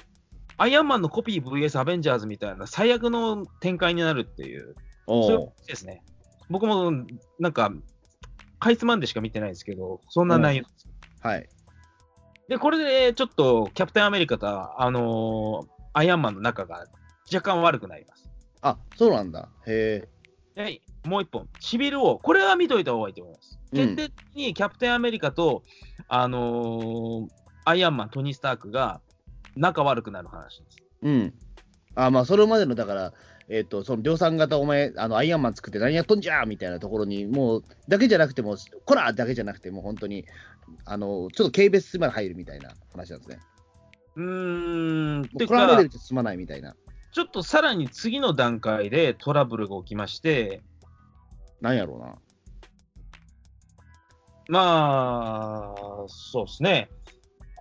[SPEAKER 3] アイアンマンのコピー VS アベンジャーズみたいな最悪の展開になるっていう、そういう
[SPEAKER 2] おう
[SPEAKER 3] 話ですね。僕もなんか、かいつまんでしか見てないですけど、そんな内容
[SPEAKER 2] はい。
[SPEAKER 3] で、これでちょっとキャプテンアメリカと、あのーアイアンマンの仲が若干悪くなります。
[SPEAKER 2] あ、そうなんだ。へえ。
[SPEAKER 3] はい、もう一本、シビル王、これは見といた方がいいと思います。
[SPEAKER 2] うん
[SPEAKER 3] 決定的にキャプテンアメリカと、あのーアイアンマン、トニー・スタークが仲悪くなる話です。
[SPEAKER 2] うん。あ、まあ、それまでの、だから、えっ、と、その量産型、お前、あの、アイアンマン作って何やっとんじゃーみたいなところに、もう、だけじゃなくても、こらだけじゃなくて、もう本当に、あの、ちょっと軽蔑まで入るみたいな話なんですね。
[SPEAKER 3] うーん、
[SPEAKER 2] も
[SPEAKER 3] て
[SPEAKER 2] うこらレベ
[SPEAKER 3] か
[SPEAKER 2] ル、じゃ済まないみたいな。
[SPEAKER 3] ちょっとさらに次の段階でトラブルが起きまして、
[SPEAKER 2] なんやろうな。
[SPEAKER 3] まあ、そうですね。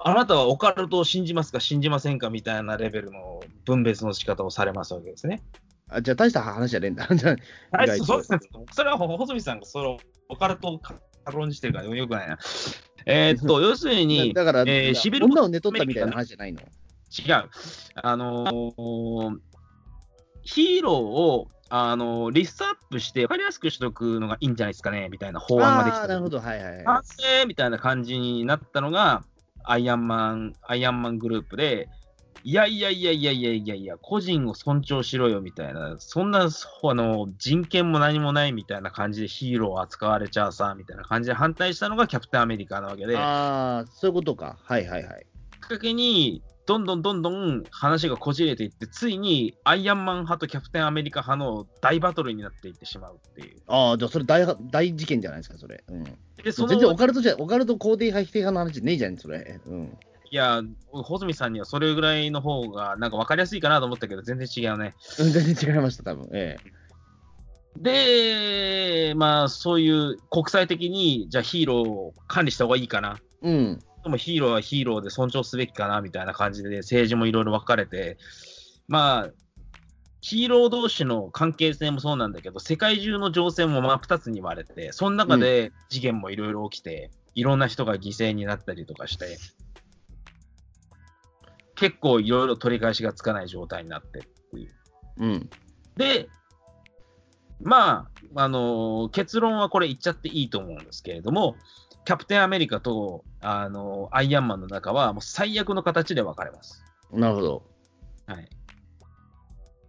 [SPEAKER 3] あなたはオカルトを信じますか、信じませんかみたいなレベルの分別の仕方をされますわけですね。
[SPEAKER 2] あじゃあ、大した話じゃねえんだ。じゃあ
[SPEAKER 3] は
[SPEAKER 2] 意外
[SPEAKER 3] い、
[SPEAKER 2] と
[SPEAKER 3] そうですね。それは細見さんがそのオカルトを軽論じてるからよくないな。えー っと、要する に、
[SPEAKER 2] だから、
[SPEAKER 3] えーシビル
[SPEAKER 2] 女を寝取ったみたいな話じゃないの。
[SPEAKER 3] 違う。あのーヒーローを、あのーリストアップして分かりやすくしとくのがいいんじゃないですかねみたいな法案ができ
[SPEAKER 2] あ
[SPEAKER 3] た
[SPEAKER 2] あ、なるほど。はいはいはい。
[SPEAKER 3] 完成みたいな感じになったのが、アイアンマン、アイアンマングループで、いやいやいやいやいやいやいや、個人を尊重しろよみたいな、そんなそあの人権も何もないみたいな感じでヒーローを扱われちゃうさ、みたいな感じで反対したのがキャプテンアメリカなわけで、きっ
[SPEAKER 2] ああ、そういうことか。はいはいはい。
[SPEAKER 3] かけに、どんどんどんどん話がこじれていって、ついにアイアンマン派とキャプテンアメリカ派の大バトルになっていってしまうっていう。
[SPEAKER 2] ああ、じゃあそれ大大事件じゃないですか、それ。うん、
[SPEAKER 3] で、そ
[SPEAKER 2] 全然オ
[SPEAKER 3] の、
[SPEAKER 2] カルトじゃ、オカルト肯定派否定派の話じゃねえじゃん、それ。うん、
[SPEAKER 3] いや、穂積さんにはそれぐらいの方が、なんか分かりやすいかなと思ったけど、全然違うね。
[SPEAKER 2] 全然違いました、多分ええ。
[SPEAKER 3] で、まあ、そういう国際的に、じゃあヒーローを管理した方がいいかな。
[SPEAKER 2] うん、
[SPEAKER 3] でもヒーローはヒーローで尊重すべきかな、みたいな感じで、政治もいろいろ分かれて、まあ、ヒーロー同士の関係性もそうなんだけど、世界中の情勢も真っ二つに割れて、その中で事件もいろいろ起きて、いろんな人が犠牲になったりとかして、結構いろいろ取り返しがつかない状態になって
[SPEAKER 2] うん。
[SPEAKER 3] で、まあ、あのー結論はこれ言っちゃっていいと思うんですけれども、キャプテンアメリカと、あのーアイアンマンの中はもう最悪の形で分かれます。
[SPEAKER 2] なるほど。
[SPEAKER 3] はい、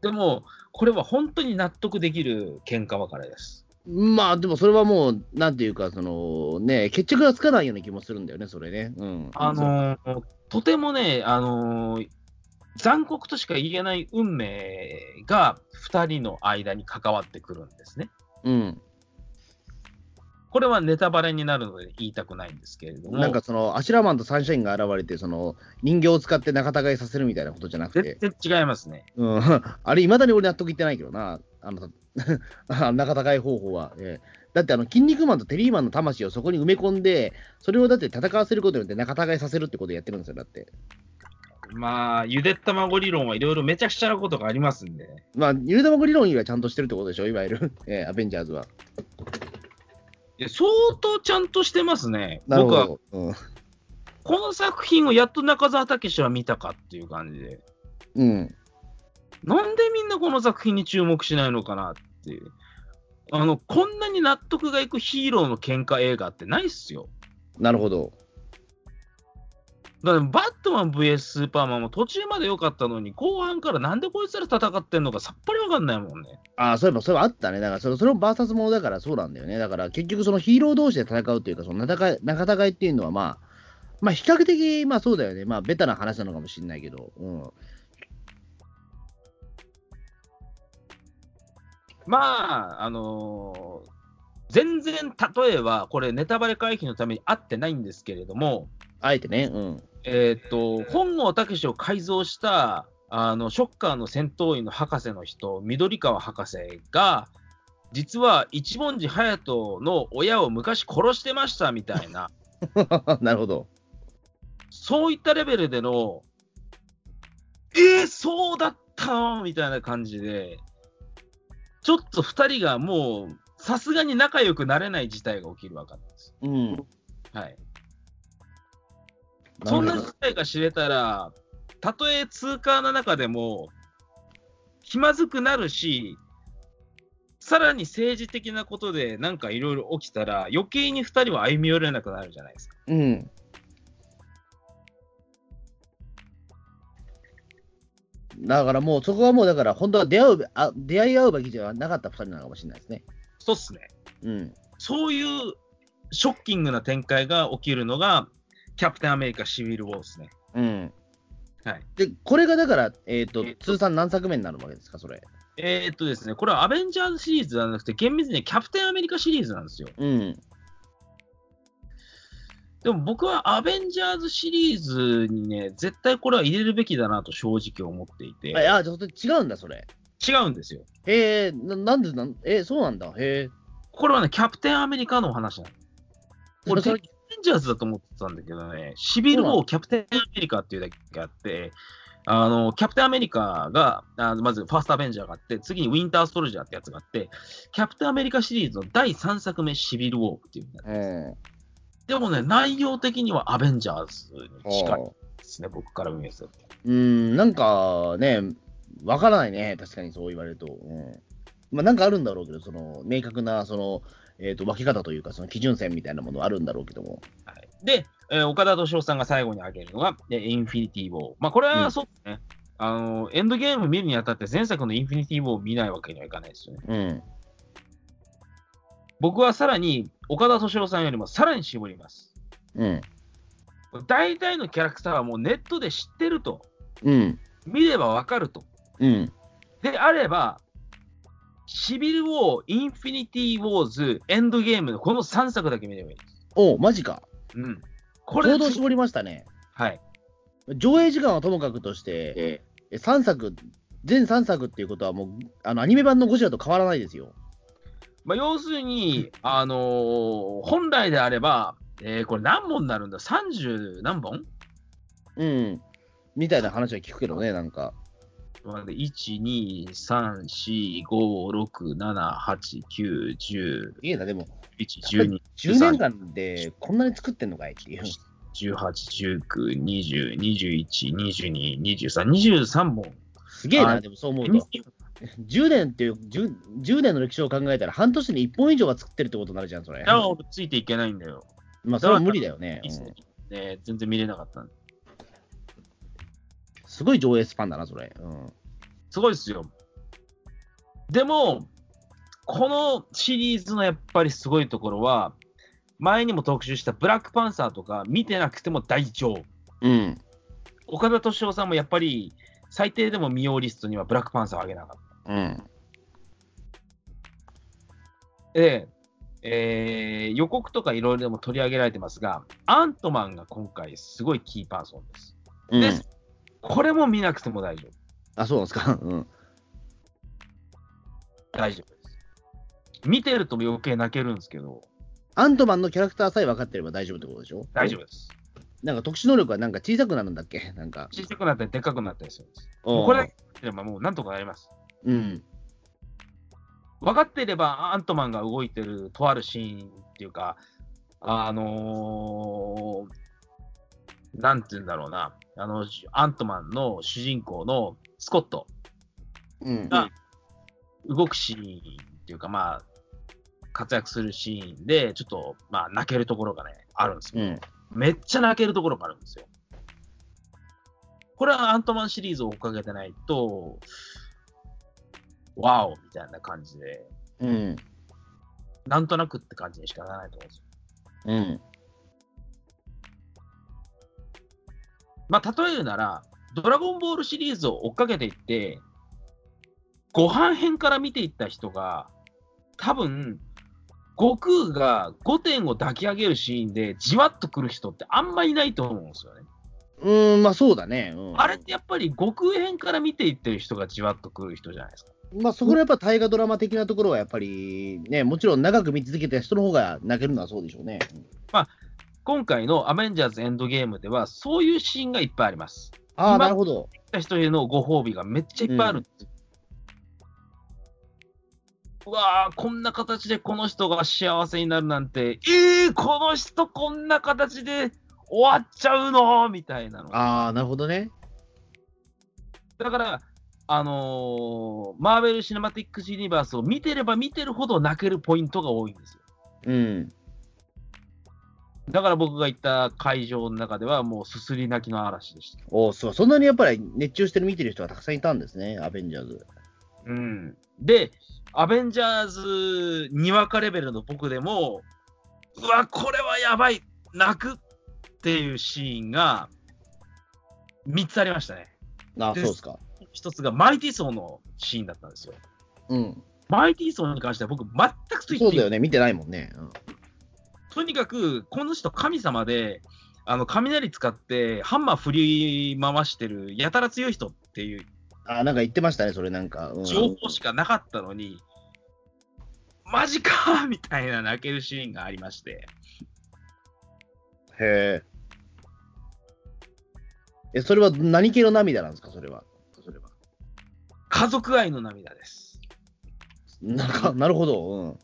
[SPEAKER 3] でも、これは本当に納得できる喧嘩別れです。
[SPEAKER 2] まあ、でもそれはもう、なんていうか、そのね、決着がつかないような気もするんだよね、それね。うん、
[SPEAKER 3] あのーとてもね、あのー残酷としか言えない運命が2人の間に関わってくるんですね。
[SPEAKER 2] うん、
[SPEAKER 3] これはネタバレになるので言いたくないんですけれども。
[SPEAKER 2] なんかその、アシュラマンとサンシャインが現れて、その人形を使って仲違いさせるみたいなことじゃなくて
[SPEAKER 3] 全、然違いますね。
[SPEAKER 2] うん、 あれ、いまだに俺納得いってないけどな、あの あ仲違い方法は。ええだってあの、筋肉マンとテリーマンの魂をそこに埋め込んで、それをだって戦わせることによって仲違いさせるってことをやってるんですよ、だって。
[SPEAKER 3] まあ、ゆで卵理論はいろいろめちゃくちゃなことがありますんで、
[SPEAKER 2] まあ、ゆで卵理論よりはちゃんとしてるってことでしょ、いわゆる、 ええアベンジャーズは。
[SPEAKER 3] いや相当ちゃんとしてますね。
[SPEAKER 2] なる
[SPEAKER 3] 僕は
[SPEAKER 2] ほど。
[SPEAKER 3] この作品をやっと中澤武は見たかっていう感じで、
[SPEAKER 2] うん。うん。
[SPEAKER 3] なんでみんなこの作品に注目しないのかなっていう。あの、こんなに納得がいくヒーローの喧嘩映画ってないっすよ。
[SPEAKER 2] なるほど。
[SPEAKER 3] だからバットマン VS スーパーマンも途中まで良かったのに、後半からなんでこいつら戦ってんのかさっぱりわかんないもんね。
[SPEAKER 2] ああ、そういえば、それはあったね。だから、それ、それもバーサスものだからそうなんだよね。だから、結局、そのヒーロー同士で戦うというか、その戦い、仲戦いっていうのは、まあ、まあ、比較的、まあそうだよね。まあ、ベタな話なのかもしれないけど、うん。
[SPEAKER 3] まあ、あのー全然、例えば、これネタバレ回避のために合ってないんですけれども、
[SPEAKER 2] あえてね、うん。
[SPEAKER 3] えーっと、本郷武史を改造した、あの、ショッカーの戦闘員の博士の人、緑川博士が、実は一文字隼人の親を昔殺してましたみたいな、
[SPEAKER 2] なるほど。
[SPEAKER 3] そういったレベルでの、えー、そうだったのみたいな感じで、ちょっと2人がもう、さすがに仲良くなれない事態が起きるわけなんです。
[SPEAKER 2] うん。
[SPEAKER 3] はい。
[SPEAKER 2] なる
[SPEAKER 3] そ
[SPEAKER 2] ほ
[SPEAKER 3] ん
[SPEAKER 2] ど
[SPEAKER 3] な事態が知れたら、たとえ通過の中でも、気まずくなるし、さらに政治的なことでなんかいろいろ起きたら、余計に2人は歩み寄れなくなるじゃないですか。
[SPEAKER 2] うん。だからもう、そこはもう、だから、本当は出会うべ、あ出会い合うべきじゃなかった2人なのかもしれないですね。
[SPEAKER 3] そうっすね。
[SPEAKER 2] うん。
[SPEAKER 3] そういうショッキングな展開が起きるのが、キャプテンアメリカシビル・ウォーですね。
[SPEAKER 2] うん。
[SPEAKER 3] はい。
[SPEAKER 2] で、これがだから、えっ、と
[SPEAKER 3] えっ、と
[SPEAKER 2] 通算何作目になるわけですか、それ。
[SPEAKER 3] えーっとですね、これはアベンジャーズシリーズじゃなくて、厳密にはキャプテンアメリカシリーズなんですよ。
[SPEAKER 2] うん。
[SPEAKER 3] でも僕はアベンジャーズシリーズにね、絶対これは入れるべきだなと正直思っていて、
[SPEAKER 2] あ、いやじゃあ、それ違うんだ、それ。
[SPEAKER 3] 違うんですよ。
[SPEAKER 2] へえ、ななんでなん、えそうなんだ。へえ。
[SPEAKER 3] これはね、キャプテンアメリカのお話なの。俺、
[SPEAKER 2] そ
[SPEAKER 3] アベ
[SPEAKER 2] れ
[SPEAKER 3] ンジャーズだと思ってたんだけどね、シビル・ウ
[SPEAKER 2] そうな
[SPEAKER 3] ォー・
[SPEAKER 2] の
[SPEAKER 3] キャプテンアメリカっていうだけあって、あのキャプテンアメリカが、あのまずファーストアベンジャーがあって、次にウィンター・ストルジャーってやつがあって、キャプテンアメリカシリーズの第3作目、シビル・ウォーっていうのがあって
[SPEAKER 2] うん。
[SPEAKER 3] でもね、内容的にはアベンジャーズに近い
[SPEAKER 2] はあ
[SPEAKER 3] ですね、僕から見ますと。
[SPEAKER 2] うん、なんかね、わからないね、確かにそう言われると。うんまあ、なんかあるんだろうけど、その明確なその、えー、と分け方というか、その基準線みたいなものはあるんだろうけども。
[SPEAKER 3] はい、で、えー岡田斗司夫さんが最後に挙げるのが、えーインフィニティ・ウォー。まあ、これ
[SPEAKER 2] う
[SPEAKER 3] は
[SPEAKER 2] ん
[SPEAKER 3] そうですね、あの。エンドゲーム見るにあたって、前作のインフィニティ・ウォーを見ないわけにはいかないですよね。
[SPEAKER 2] うん、
[SPEAKER 3] 僕はさらに、岡田斗司夫さんよりもさらに絞ります。
[SPEAKER 2] うん、
[SPEAKER 3] 大体のキャラクターはもうネットで知ってると、
[SPEAKER 2] うん、
[SPEAKER 3] 見ればわかると。
[SPEAKER 2] うん、
[SPEAKER 3] であれば、シビル・ウォー、インフィニティ・ウォーズ、エンドゲームのこの3作だけ見ればいいんです。
[SPEAKER 2] おうマジか。
[SPEAKER 3] うん。こ
[SPEAKER 2] こ
[SPEAKER 3] れ
[SPEAKER 2] れ
[SPEAKER 3] で
[SPEAKER 2] ほど絞りましたね。
[SPEAKER 3] はい。
[SPEAKER 2] 上映時間はともかくとして、え3作、全3作っていうことは、もうあのアニメ版のゴジラと変わらないですよ。
[SPEAKER 3] まあ、要するに、あのー本来であれば、えーこれ何本になるんだ ?30 何本
[SPEAKER 2] うん、みたいな話は聞くけどね、なんか。
[SPEAKER 3] ?1、2、3、4、5、6、7、8、9、10、
[SPEAKER 2] いいな、でも、
[SPEAKER 3] 11、
[SPEAKER 2] 10年間でこんなに作ってんのかいっていう。
[SPEAKER 3] 12、18、19、20、21、22、23、23本。
[SPEAKER 2] すげえ
[SPEAKER 3] あ
[SPEAKER 2] な、でもそう思うと。10年っていう10、10年の歴史を考えたら、半年に1本以上は作ってるってことになるじゃん、それ。
[SPEAKER 3] だから俺ついていけないんだよ。
[SPEAKER 2] まあ、それは無理だよね。
[SPEAKER 3] いつ
[SPEAKER 2] うん
[SPEAKER 3] ね、全然見れなかったんで。
[SPEAKER 2] すごい上映スパンだな、それ。うん
[SPEAKER 3] すごいですよ。でも、このシリーズのやっぱりすごいところは、前にも特集したブラックパンサーとか見てなくても大丈夫。
[SPEAKER 2] うん。
[SPEAKER 3] 岡田敏夫さんもやっぱり最低でも見ようリストにはブラックパンサーをあげなかっ
[SPEAKER 2] うん。
[SPEAKER 3] た。で、えー予告とかいろいろでも取り上げられてますが、アントマンが今回すごいキーパーソンです。
[SPEAKER 2] うん
[SPEAKER 3] でこれも見なくても大丈夫。
[SPEAKER 2] あ、そうなんですか。 うん。
[SPEAKER 3] 大丈夫です。見てると余計泣けるんですけど、
[SPEAKER 2] アントマンのキャラクターさえ分かってれば大丈夫ってことでしょ
[SPEAKER 3] 大丈夫です。
[SPEAKER 2] なんか特殊能力はなんか小さくなるんだっけなんか。
[SPEAKER 3] 小さくなったり、でっかくなったりするんです。
[SPEAKER 2] お
[SPEAKER 3] もう
[SPEAKER 2] う
[SPEAKER 3] これだけ知ってればもうなんとかなります。
[SPEAKER 2] うん。
[SPEAKER 3] 分かっていればアントマンが動いてるとあるシーンっていうか、あのー、なんて言うんだろうな、あの、アントマンの主人公のスコット、
[SPEAKER 2] うん。
[SPEAKER 3] あ動くシーンっていうか、まあ、活躍するシーンで、ちょっと、まあ、泣けるところがね、あるんです
[SPEAKER 2] う
[SPEAKER 3] よ。
[SPEAKER 2] ん。
[SPEAKER 3] めっちゃ泣けるところがあるんですよ。これはアントマンシリーズを追っかけてないと、ワオみたいな感じで、
[SPEAKER 2] うん。
[SPEAKER 3] なんとなくって感じにしかならないと思うんです
[SPEAKER 2] う
[SPEAKER 3] よ。
[SPEAKER 2] ん。
[SPEAKER 3] まあ、例えるなら、ドラゴンボールシリーズを追っかけていって、ご飯編から見ていった人が、多分、悟空が5点を抱き上げるシーンでじわっと来る人ってあんまいないと思うんですよね。
[SPEAKER 2] うーん、まあそうだね。うん、
[SPEAKER 3] あれってやっぱり悟空編から見ていってる人がじわっと来る人じゃないですか。
[SPEAKER 2] まあそこらやっぱ大河ドラマ的なところはやっぱりね、もちろん長く見続けた人の方が泣けるのはそうでしょうね。
[SPEAKER 3] 今回のアベンジャーズエンドゲームでは、そういうシーンがいっぱいあります。
[SPEAKER 2] ああ、
[SPEAKER 3] 今
[SPEAKER 2] なるほど。
[SPEAKER 3] 見た人へのご褒美がめっちゃいっぱいあるんですようわーこんな形でこの人が幸せになるなんて、えー、この人こんな形で終わっちゃうのみたいなの。
[SPEAKER 2] ああ、なるほどね。
[SPEAKER 3] だから、あのーマーベル・シネマティック・ユニバースを見てれば見てるほど泣けるポイントが多いんですよ。
[SPEAKER 2] うん。
[SPEAKER 3] だから僕が行った会場の中では、もうすすり泣きの嵐でした。
[SPEAKER 2] おーそう、そんなにやっぱり熱中してる見てる人がたくさんいたんですね、アベンジャーズ。
[SPEAKER 3] うん、で、アベンジャーズにわかレベルの僕でも、うわ、これはやばい、泣くっていうシーンが3つありましたね。
[SPEAKER 2] ああ、そ
[SPEAKER 3] で
[SPEAKER 2] うですか。
[SPEAKER 3] 1つがマイティソーのシーンだったんですよ。
[SPEAKER 2] うん。
[SPEAKER 3] マイティソーに関しては僕、全くついて
[SPEAKER 2] そうだ
[SPEAKER 3] いない
[SPEAKER 2] よね、見てないもんね。
[SPEAKER 3] とにかく、この人、神様で、あの雷使ってハンマー振り回してる、やたら強い人っていう
[SPEAKER 2] ああ、なんか言ってましたね、それなんか。うん、
[SPEAKER 3] 情報しかなかったのに、マジかみたいな泣けるシーンがありまして、
[SPEAKER 2] へえ。え、それは何系の涙なんですか、それは。それは
[SPEAKER 3] 家族愛の涙です。
[SPEAKER 2] なんか、なるほど。うん。
[SPEAKER 3] はい。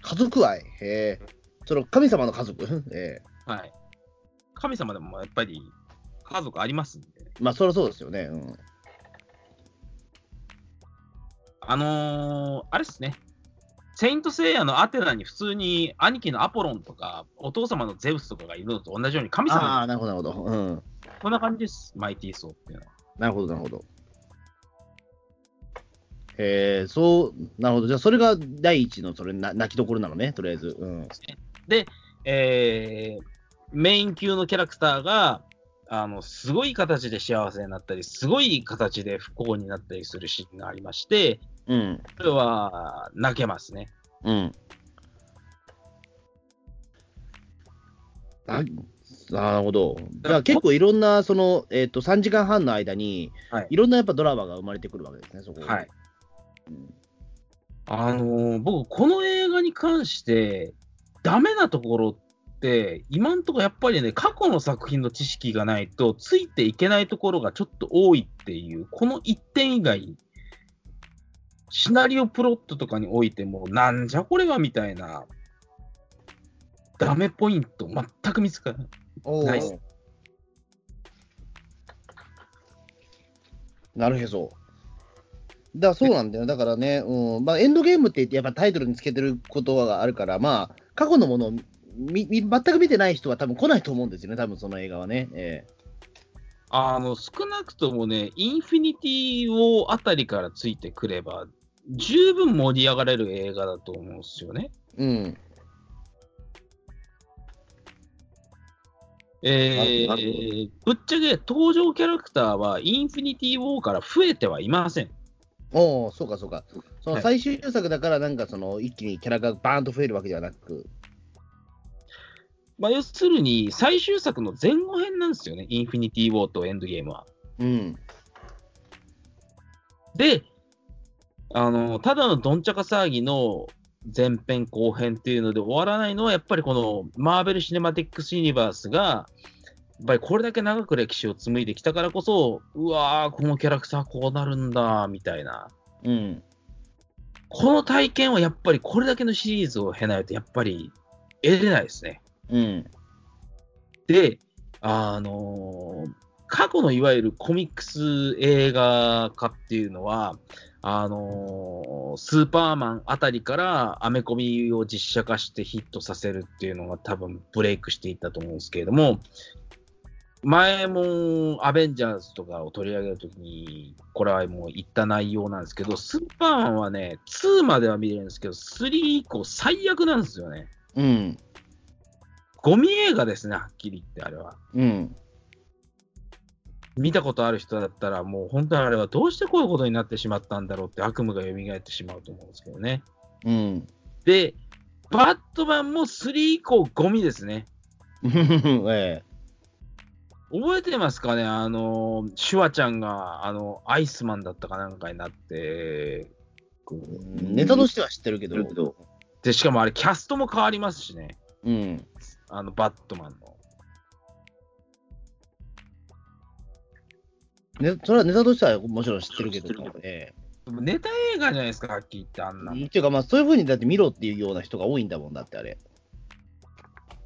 [SPEAKER 2] 家族愛。へえ。その神様の家族。 ええ。
[SPEAKER 3] はい。神様でもやっぱり家族ありますんで、ね、
[SPEAKER 2] まあ、そりゃそうですよね。うん。
[SPEAKER 3] あのー、あれですね。セイント・セイヤのアテナに普通に兄貴のアポロンとかお父様のゼウスとかがいるのと同じように神
[SPEAKER 2] あ
[SPEAKER 3] 様
[SPEAKER 2] あ、なるほど、なるほど。うん。
[SPEAKER 3] こんな感じです。マイティー・ソーっていうのは。
[SPEAKER 2] なるほど、なるほど。へえ、そう、なるほど。じゃあ、それが第一の、それ、な泣きどころなのね、とりあえず。うん。
[SPEAKER 3] えーメイン級のキャラクターが、あの、すごい形で幸せになったり、すごい形で不幸になったりするシーンがありまして、
[SPEAKER 2] うん。
[SPEAKER 3] それは泣けますね。
[SPEAKER 2] うん。あなるほど。だから結構いろんな、その、えっ、と、3時間半の間に、
[SPEAKER 3] はいい、
[SPEAKER 2] ろんなやっぱドラマが生まれてくるわけですね、そこ。
[SPEAKER 3] はい。あのー僕、この映画に関して、ダメなところって、今んとこやっぱりね、過去の作品の知識がないと、ついていけないところがちょっと多いっていう、この1点以外、シナリオプロットとかにおいても、なんじゃこれはみたいな、ダメポイント、全く見つからない。
[SPEAKER 2] おー
[SPEAKER 3] ナイス
[SPEAKER 2] なるへそ。だからそうなんだよ。だからね、うんまあ、エンドゲームってやっぱタイトルにつけてることがあるから、まあ、過去のものをみみ全く見てない人は多分来ないと思うんですよね、多分その映画はね。え
[SPEAKER 3] あの、少なくともね、インフィニティをあたりからついてくれば、十分盛り上がれる映画だと思うんですよね。
[SPEAKER 2] えうん。
[SPEAKER 3] え
[SPEAKER 2] なるほど
[SPEAKER 3] ー、ぶっちゃけ登場キャラクターはインフィニティウォーから増えてはいません。
[SPEAKER 2] おお、そうかそうか。そ
[SPEAKER 3] は
[SPEAKER 2] の
[SPEAKER 3] い
[SPEAKER 2] 最終作だから、なんかその一気にキャラがバーンと増えるわけではなく。
[SPEAKER 3] まあ、要するに最終作の前後編なんですよね、インフィニティウォーとエンドゲームは。
[SPEAKER 2] うん。
[SPEAKER 3] で、あの、ただのどんちゃか騒ぎの前編後編っていうので終わらないのは、やっぱりこのマーベル・シネマティックス・ユニバースが、やっぱりこれだけ長く歴史を紡いできたからこそ、うわー、このキャラクターこうなるんだ、みたいな。
[SPEAKER 2] うん。
[SPEAKER 3] この体験はやっぱりこれだけのシリーズを経ないと、やっぱり得れないですね。
[SPEAKER 2] うん。
[SPEAKER 3] で、あのー過去のいわゆるコミックス映画化っていうのは、あのースーパーマンあたりからアメコミを実写化してヒットさせるっていうのが多分ブレイクしていったと思うんですけれども、前もアベンジャーズとかを取り上げるときに、これはもう言った内容なんですけど、スーパーマンはね、2までは見れるんですけど、3以降最悪なんですよね。
[SPEAKER 2] うん。
[SPEAKER 3] ゴミ映画ですね、はっきり言って、あれは。
[SPEAKER 2] うん。
[SPEAKER 3] 見たことある人だったら、もう本当にあれはどうしてこういうことになってしまったんだろうって悪夢が蘇ってしまうと思うんですけどね。
[SPEAKER 2] うん。
[SPEAKER 3] で、バットマンも3以降ゴミですね。
[SPEAKER 2] ええ。
[SPEAKER 3] 覚えてますかねあの、シュワちゃんが、あの、アイスマンだったかなんかになって、
[SPEAKER 2] ネタとしては知ってるけど。
[SPEAKER 3] で、しかもあれ、キャストも変わりますしね。
[SPEAKER 2] うん。
[SPEAKER 3] あの、バットマンの。
[SPEAKER 2] ね、それはネタとしてはもちろん知ってるけど。え
[SPEAKER 3] ネタ映画じゃないですか、はっきり言って、あんなの。
[SPEAKER 2] え。
[SPEAKER 3] い
[SPEAKER 2] っていうか、まあ、そういうふうにだって見ろっていうような人が多いんだもんだって、あれ。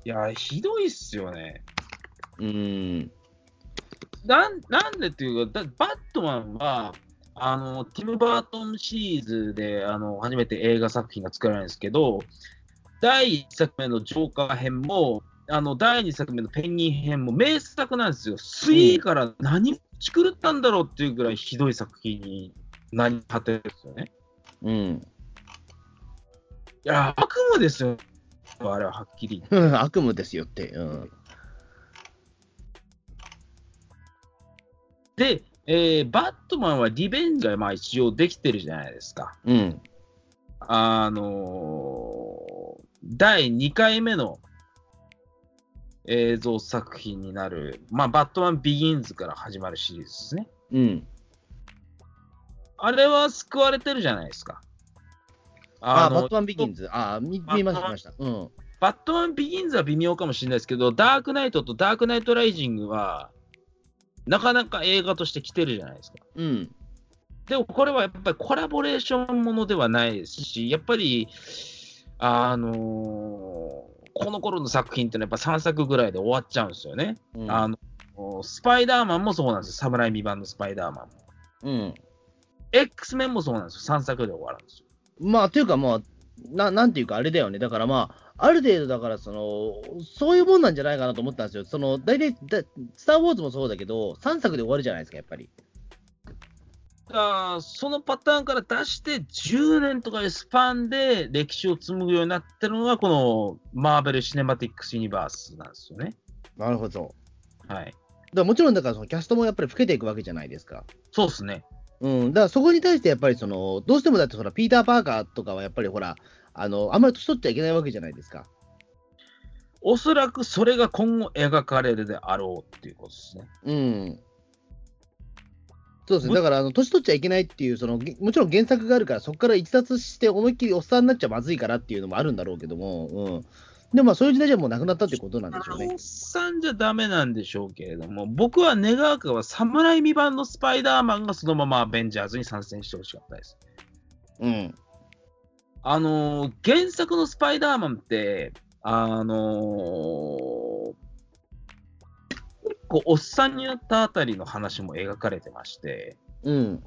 [SPEAKER 3] や、ひどいっすよね。
[SPEAKER 2] うん。
[SPEAKER 3] なんなんでっていうか、だバットマンは、あの、ティム・バートンシリーズで、あの、初めて映画作品が作られるんですけど、第1作目のジョーカー編も、あの、第2作目のペンギン編も名作なんですよ。3から何をち狂ったんだろうっていうぐらいひどい作品になり果てるんですよね。
[SPEAKER 2] うん。
[SPEAKER 3] いや、悪夢ですよ。あれははっきり言って。
[SPEAKER 2] 悪夢ですよって。うん。
[SPEAKER 3] で、えーバットマンはリベンジがまあ一応できてるじゃないですか。
[SPEAKER 2] うん。
[SPEAKER 3] あのー第2回目の映像作品になる、まあ、バットマンビギンズから始まるシリーズですね。
[SPEAKER 2] うん。
[SPEAKER 3] あれは救われてるじゃないですか。
[SPEAKER 2] あ
[SPEAKER 3] あ
[SPEAKER 2] あ、
[SPEAKER 3] の
[SPEAKER 2] バットマンビギンズ。ああ、見見ました、見ました。うん。
[SPEAKER 3] バットマンビギンズは微妙かもしれないですけど、ダークナイトとダークナイトライジングは、なかなか映画として来てるじゃないですか。
[SPEAKER 2] うん。
[SPEAKER 3] でもこれはやっぱりコラボレーションものではないですし、やっぱり、あのーこの頃の作品ってのはやっぱ3作ぐらいで終わっちゃうんですよね。
[SPEAKER 2] うん。
[SPEAKER 3] あのスパイダーマンもそうなんですよ。侍未版のスパイダーマンも。
[SPEAKER 2] うん、
[SPEAKER 3] X メンもそうなんですよ。3作で終わるんですよ。
[SPEAKER 2] まあ、というか、まあ、ななんていうか、あれだよね。だからまあ、ある程度、だから、その、そういうもんなんじゃないかなと思ったんですよ。その、大体、だスター・ウォーズもそうだけど、3作で終わるじゃないですか、やっぱり。
[SPEAKER 3] だからそのパターンから出して10年とかいうスパンで歴史を紡ぐようになってるのがこのマーベル・シネマティックス・ユニバースなんですよね。
[SPEAKER 2] なるほど。
[SPEAKER 3] はい。
[SPEAKER 2] だからもちろん、だから、そのキャストもやっぱり老けていくわけじゃないですか。
[SPEAKER 3] そうですね。
[SPEAKER 2] うん、だからそこに対してやっぱりその、どうしてもだってほら、ピーター・パーカーとかはやっぱりほら、あのあんまり年取っちゃいけないわけじゃないですか。
[SPEAKER 3] おそらくそれが今後描かれるであろうっていうことですね。
[SPEAKER 2] うん。そうですね、
[SPEAKER 3] も
[SPEAKER 2] だからあの年取っちゃいけないっていうその、げもちろん原作があるから、そこから逸脱して思いっきりおっさんになっちゃまずいからっていうのもあるんだろうけども、うん、でもまあそういう時代じゃもうなくなったってことなんでしょう
[SPEAKER 3] あの
[SPEAKER 2] ね
[SPEAKER 3] おっ。さんじゃダメなんでしょうけれども、僕は願うかは、侍未版のスパイダーマンがそのままアベンジャーズに参戦してほしかったです。
[SPEAKER 2] うん、
[SPEAKER 3] あのー原作のスパイダーマンって、あのー結構おっさんになったあたりの話も描かれてまして、
[SPEAKER 2] うん、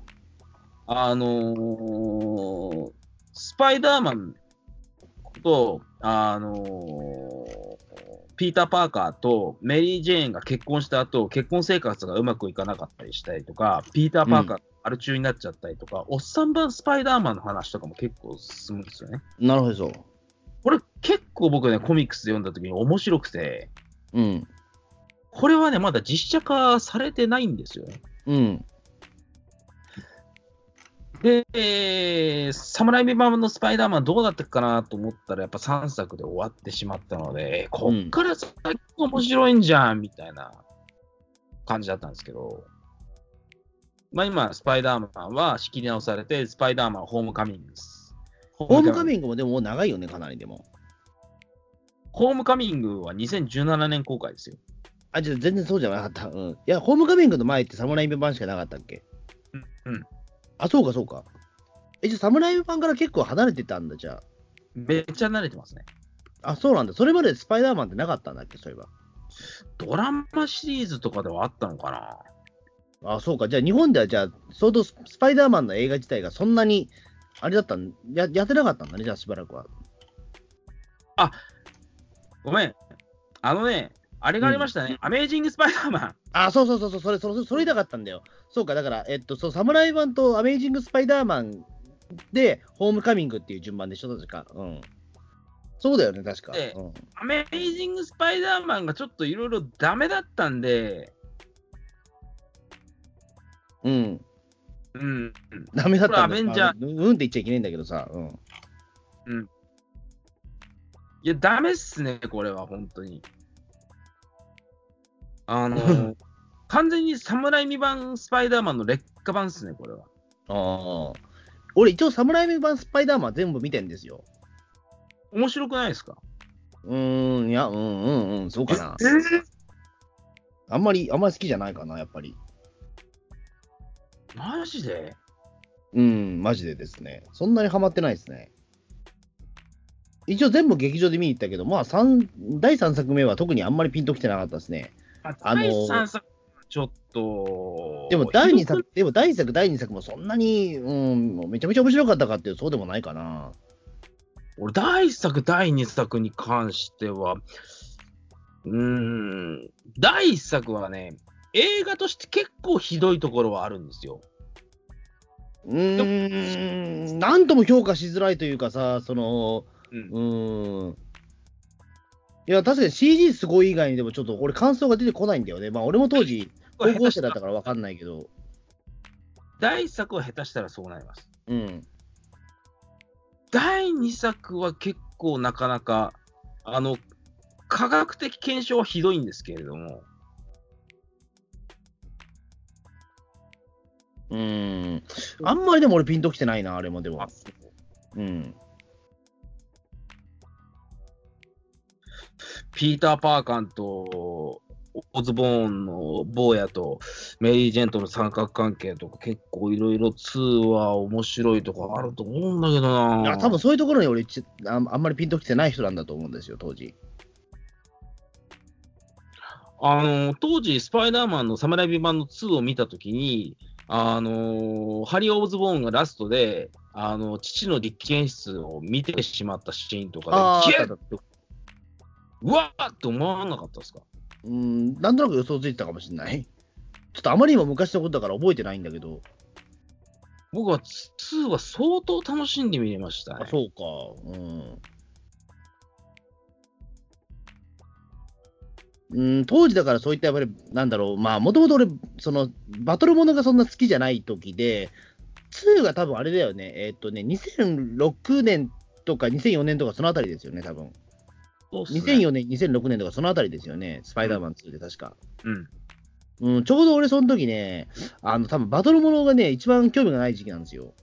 [SPEAKER 3] あのースパイダーマンと、あのーピーター・パーカーとメリー・ジェーンが結婚した後、結婚生活がうまくいかなかったりしたりとか、ピーター・パーカーがアル中になっちゃったりとか、おっさん版スパイダーマンの話とかも結構進むんですよね。
[SPEAKER 2] なるほど。
[SPEAKER 3] これ結構僕ね、コミックスで読んだ時に面白くて、
[SPEAKER 2] うん、
[SPEAKER 3] これはね、まだ実写化されてないんですよね。
[SPEAKER 2] うん、
[SPEAKER 3] で、えー、侍未満のスパイダーマンどうなっていくかなと思ったら、やっぱ3作で終わってしまったので、こっから先面白いんじゃんみたいな感じだったんですけど、まあ今、スパイダーマンは仕切り直されて、スパイダーマンホームカミングです。ホ
[SPEAKER 2] ホームカ
[SPEAKER 3] ング
[SPEAKER 2] ミングもでももう長いよね、かなりでも。
[SPEAKER 3] ホームカミングは2017年公開ですよ。
[SPEAKER 2] あ、じゃあ全然そうじゃなかった。うん、いや、ホームカミングの前って侍版しかなかったっけ
[SPEAKER 3] うん。
[SPEAKER 2] あ、そうか、そうか。え、じゃあ、侍版から結構離れてたんだ、じゃ
[SPEAKER 3] めっちゃ慣れてますね。
[SPEAKER 2] あ。あ、そうなんだ。それまでスパイダーマンってなかったんだっけ、そういえ
[SPEAKER 3] ドラマシリーズとかではあったのかな
[SPEAKER 2] ば。あ、そうか。じゃあ、日本では、じゃあ、相当ススパイダーマンの映画自体がそんなに、あれだったんや、やってなかったんだね、じゃあ、しばらくは。
[SPEAKER 3] ごめん。あのね、あれがありましたね、アメージング・スパイダーマン。
[SPEAKER 2] あ、そうそうそうそう、それ、それ、それ言いたかったんだよ。そうか、だから、えっと、そう、サムライ版とアメイジング・スパイダーマンで、ホームカミングっていう順番でしょ、確か。うん。そうだよね、確か。
[SPEAKER 3] ええ
[SPEAKER 2] うん、
[SPEAKER 3] アメージング・スパイダーマンがちょっといろいろダメだったんで、
[SPEAKER 2] うん。
[SPEAKER 3] うん、
[SPEAKER 2] ダメだったん
[SPEAKER 3] こ
[SPEAKER 2] だ
[SPEAKER 3] れアベンジャー
[SPEAKER 2] あうんうんって言っちゃいけないんだけどさ。うん。
[SPEAKER 3] いや、ダメっすね、これは、本当に。あの、完全に侍未版スパイダーマンの劣化版っすね、これは。
[SPEAKER 2] ああ。俺、一応、サムライ版スパイダーマン全部見てんですよ。
[SPEAKER 3] 面白くないですか
[SPEAKER 2] うーん、いや、うんうんうん、そうかな
[SPEAKER 3] え。え
[SPEAKER 2] あんまり、あんまり好きじゃないかな、やっぱり。
[SPEAKER 3] マジで
[SPEAKER 2] うん、マジでですね。そんなにハマってないですね。一応全部劇場で見に行ったけど、まあ、三第3作目は特にあんまりピンときてなかったですね。あの
[SPEAKER 3] 第3作、ちょっと。
[SPEAKER 2] でも第2
[SPEAKER 3] ひどく
[SPEAKER 2] 作、でも第1作、第2作もそんなに、うん、めちゃめちゃ面白かったかっていう、そうでもないかな。
[SPEAKER 3] 俺、第1作、第2作に関しては、うーん、第1作はね、映画として結構ひどいところはあるんですよ。
[SPEAKER 2] うーん、なんとも評価しづらいというかさ、その、
[SPEAKER 3] うん
[SPEAKER 2] うーん。いや、確かに CG すごい以外にでもちょっと俺感想が出てこないんだよね。まあ俺も当 時、高校生だったからわかんないけど。
[SPEAKER 3] 第1作は下手したらそうなります。
[SPEAKER 2] うん。
[SPEAKER 3] 第2作は結構なかなか、あの、科学的検証はひどいんですけれども、
[SPEAKER 2] うーん。あんまりでも俺ピンときてないな、あれもでも。うん。
[SPEAKER 3] ピーター・パーカンとオズボーンの坊やとメリー・ジェントの三角関係とか結構いろいろ2は面白いとかあると思うんだけど
[SPEAKER 2] い
[SPEAKER 3] な
[SPEAKER 2] や多分そういうところに俺ちあ、あんまりピンときてない人なんだと思うんですよ、当時。
[SPEAKER 3] あの当時、スパイダーマンのサムライビ版の2を見たときに、あのハリー・オズボーンがラストで、あの父の実験室を見てしまったシーンと
[SPEAKER 2] あ
[SPEAKER 3] か
[SPEAKER 2] ーあっ
[SPEAKER 3] で、ギュ
[SPEAKER 2] たあ
[SPEAKER 3] ッ
[SPEAKER 2] った
[SPEAKER 3] うわーって思わなかったですか
[SPEAKER 2] うーん、なんとなく予想ついてたかもしれない。ちょっとあまりにも昔のことだから覚えてないんだけど。
[SPEAKER 3] 僕は2は相当楽しんで見れました、
[SPEAKER 2] あ
[SPEAKER 3] ね。
[SPEAKER 2] そうか。うん。うん、当時だからそういったやっぱり、なんだろう、まあ、もともと俺、その、バトルものがそんな好きじゃない時で、2が多分あれだよね、えっとね、2006年とか2004年とかそのあたりですよね、多分。
[SPEAKER 3] そうっすね
[SPEAKER 2] 2004年、2006年とかそのあたりですよね、スパイダーマン2で確か。
[SPEAKER 3] うん。
[SPEAKER 2] うん、ちょうど俺その時ね、あの、多分バトルものがね、一番興味がない時期なんですよ。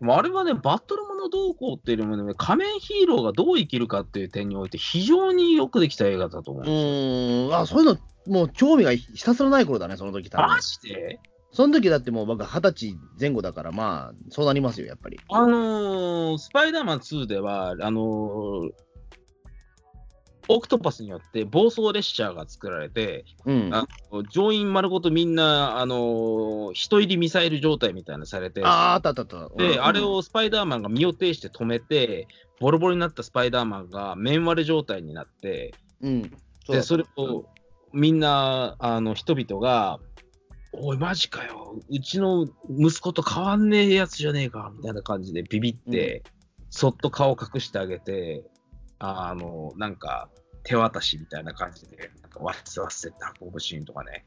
[SPEAKER 3] でもあれはね、バトルもの動向っていうよりもね、仮面ヒーローがどう生きるかっていう点において、非常によくできた映画だと思
[SPEAKER 2] う
[SPEAKER 3] う。
[SPEAKER 2] ーん、あ、そういうの、もう興味がひたすらない頃だね、その時多分
[SPEAKER 3] マ。ジで
[SPEAKER 2] その時だってもう僕二十歳前後だから、まあ、そうなりますよ、やっぱり。
[SPEAKER 3] あのースパイダーマン2では、あのーオクトパスによって暴走列車が作られて、
[SPEAKER 2] うん。
[SPEAKER 3] あ乗員丸ごとみんな、あのー人入りミサイル状態みたいなのされて、
[SPEAKER 2] あー、あったあったあった。う
[SPEAKER 3] で、
[SPEAKER 2] ん
[SPEAKER 3] あれ。をスパイダーマンが身を挺して止めて、ボロボロになったスパイダーマンが面割れ状態になって、
[SPEAKER 2] うん。うだ
[SPEAKER 3] でそれをみんな、あの人々が、おい、マジかよ、うちの息子と変わんねえやつじゃねえかみたいな感じでビビって、そっと顔隠してあげて、あのなんか手渡しみたいな感じで、なんかわっせわっせって運ぶシーンとかね、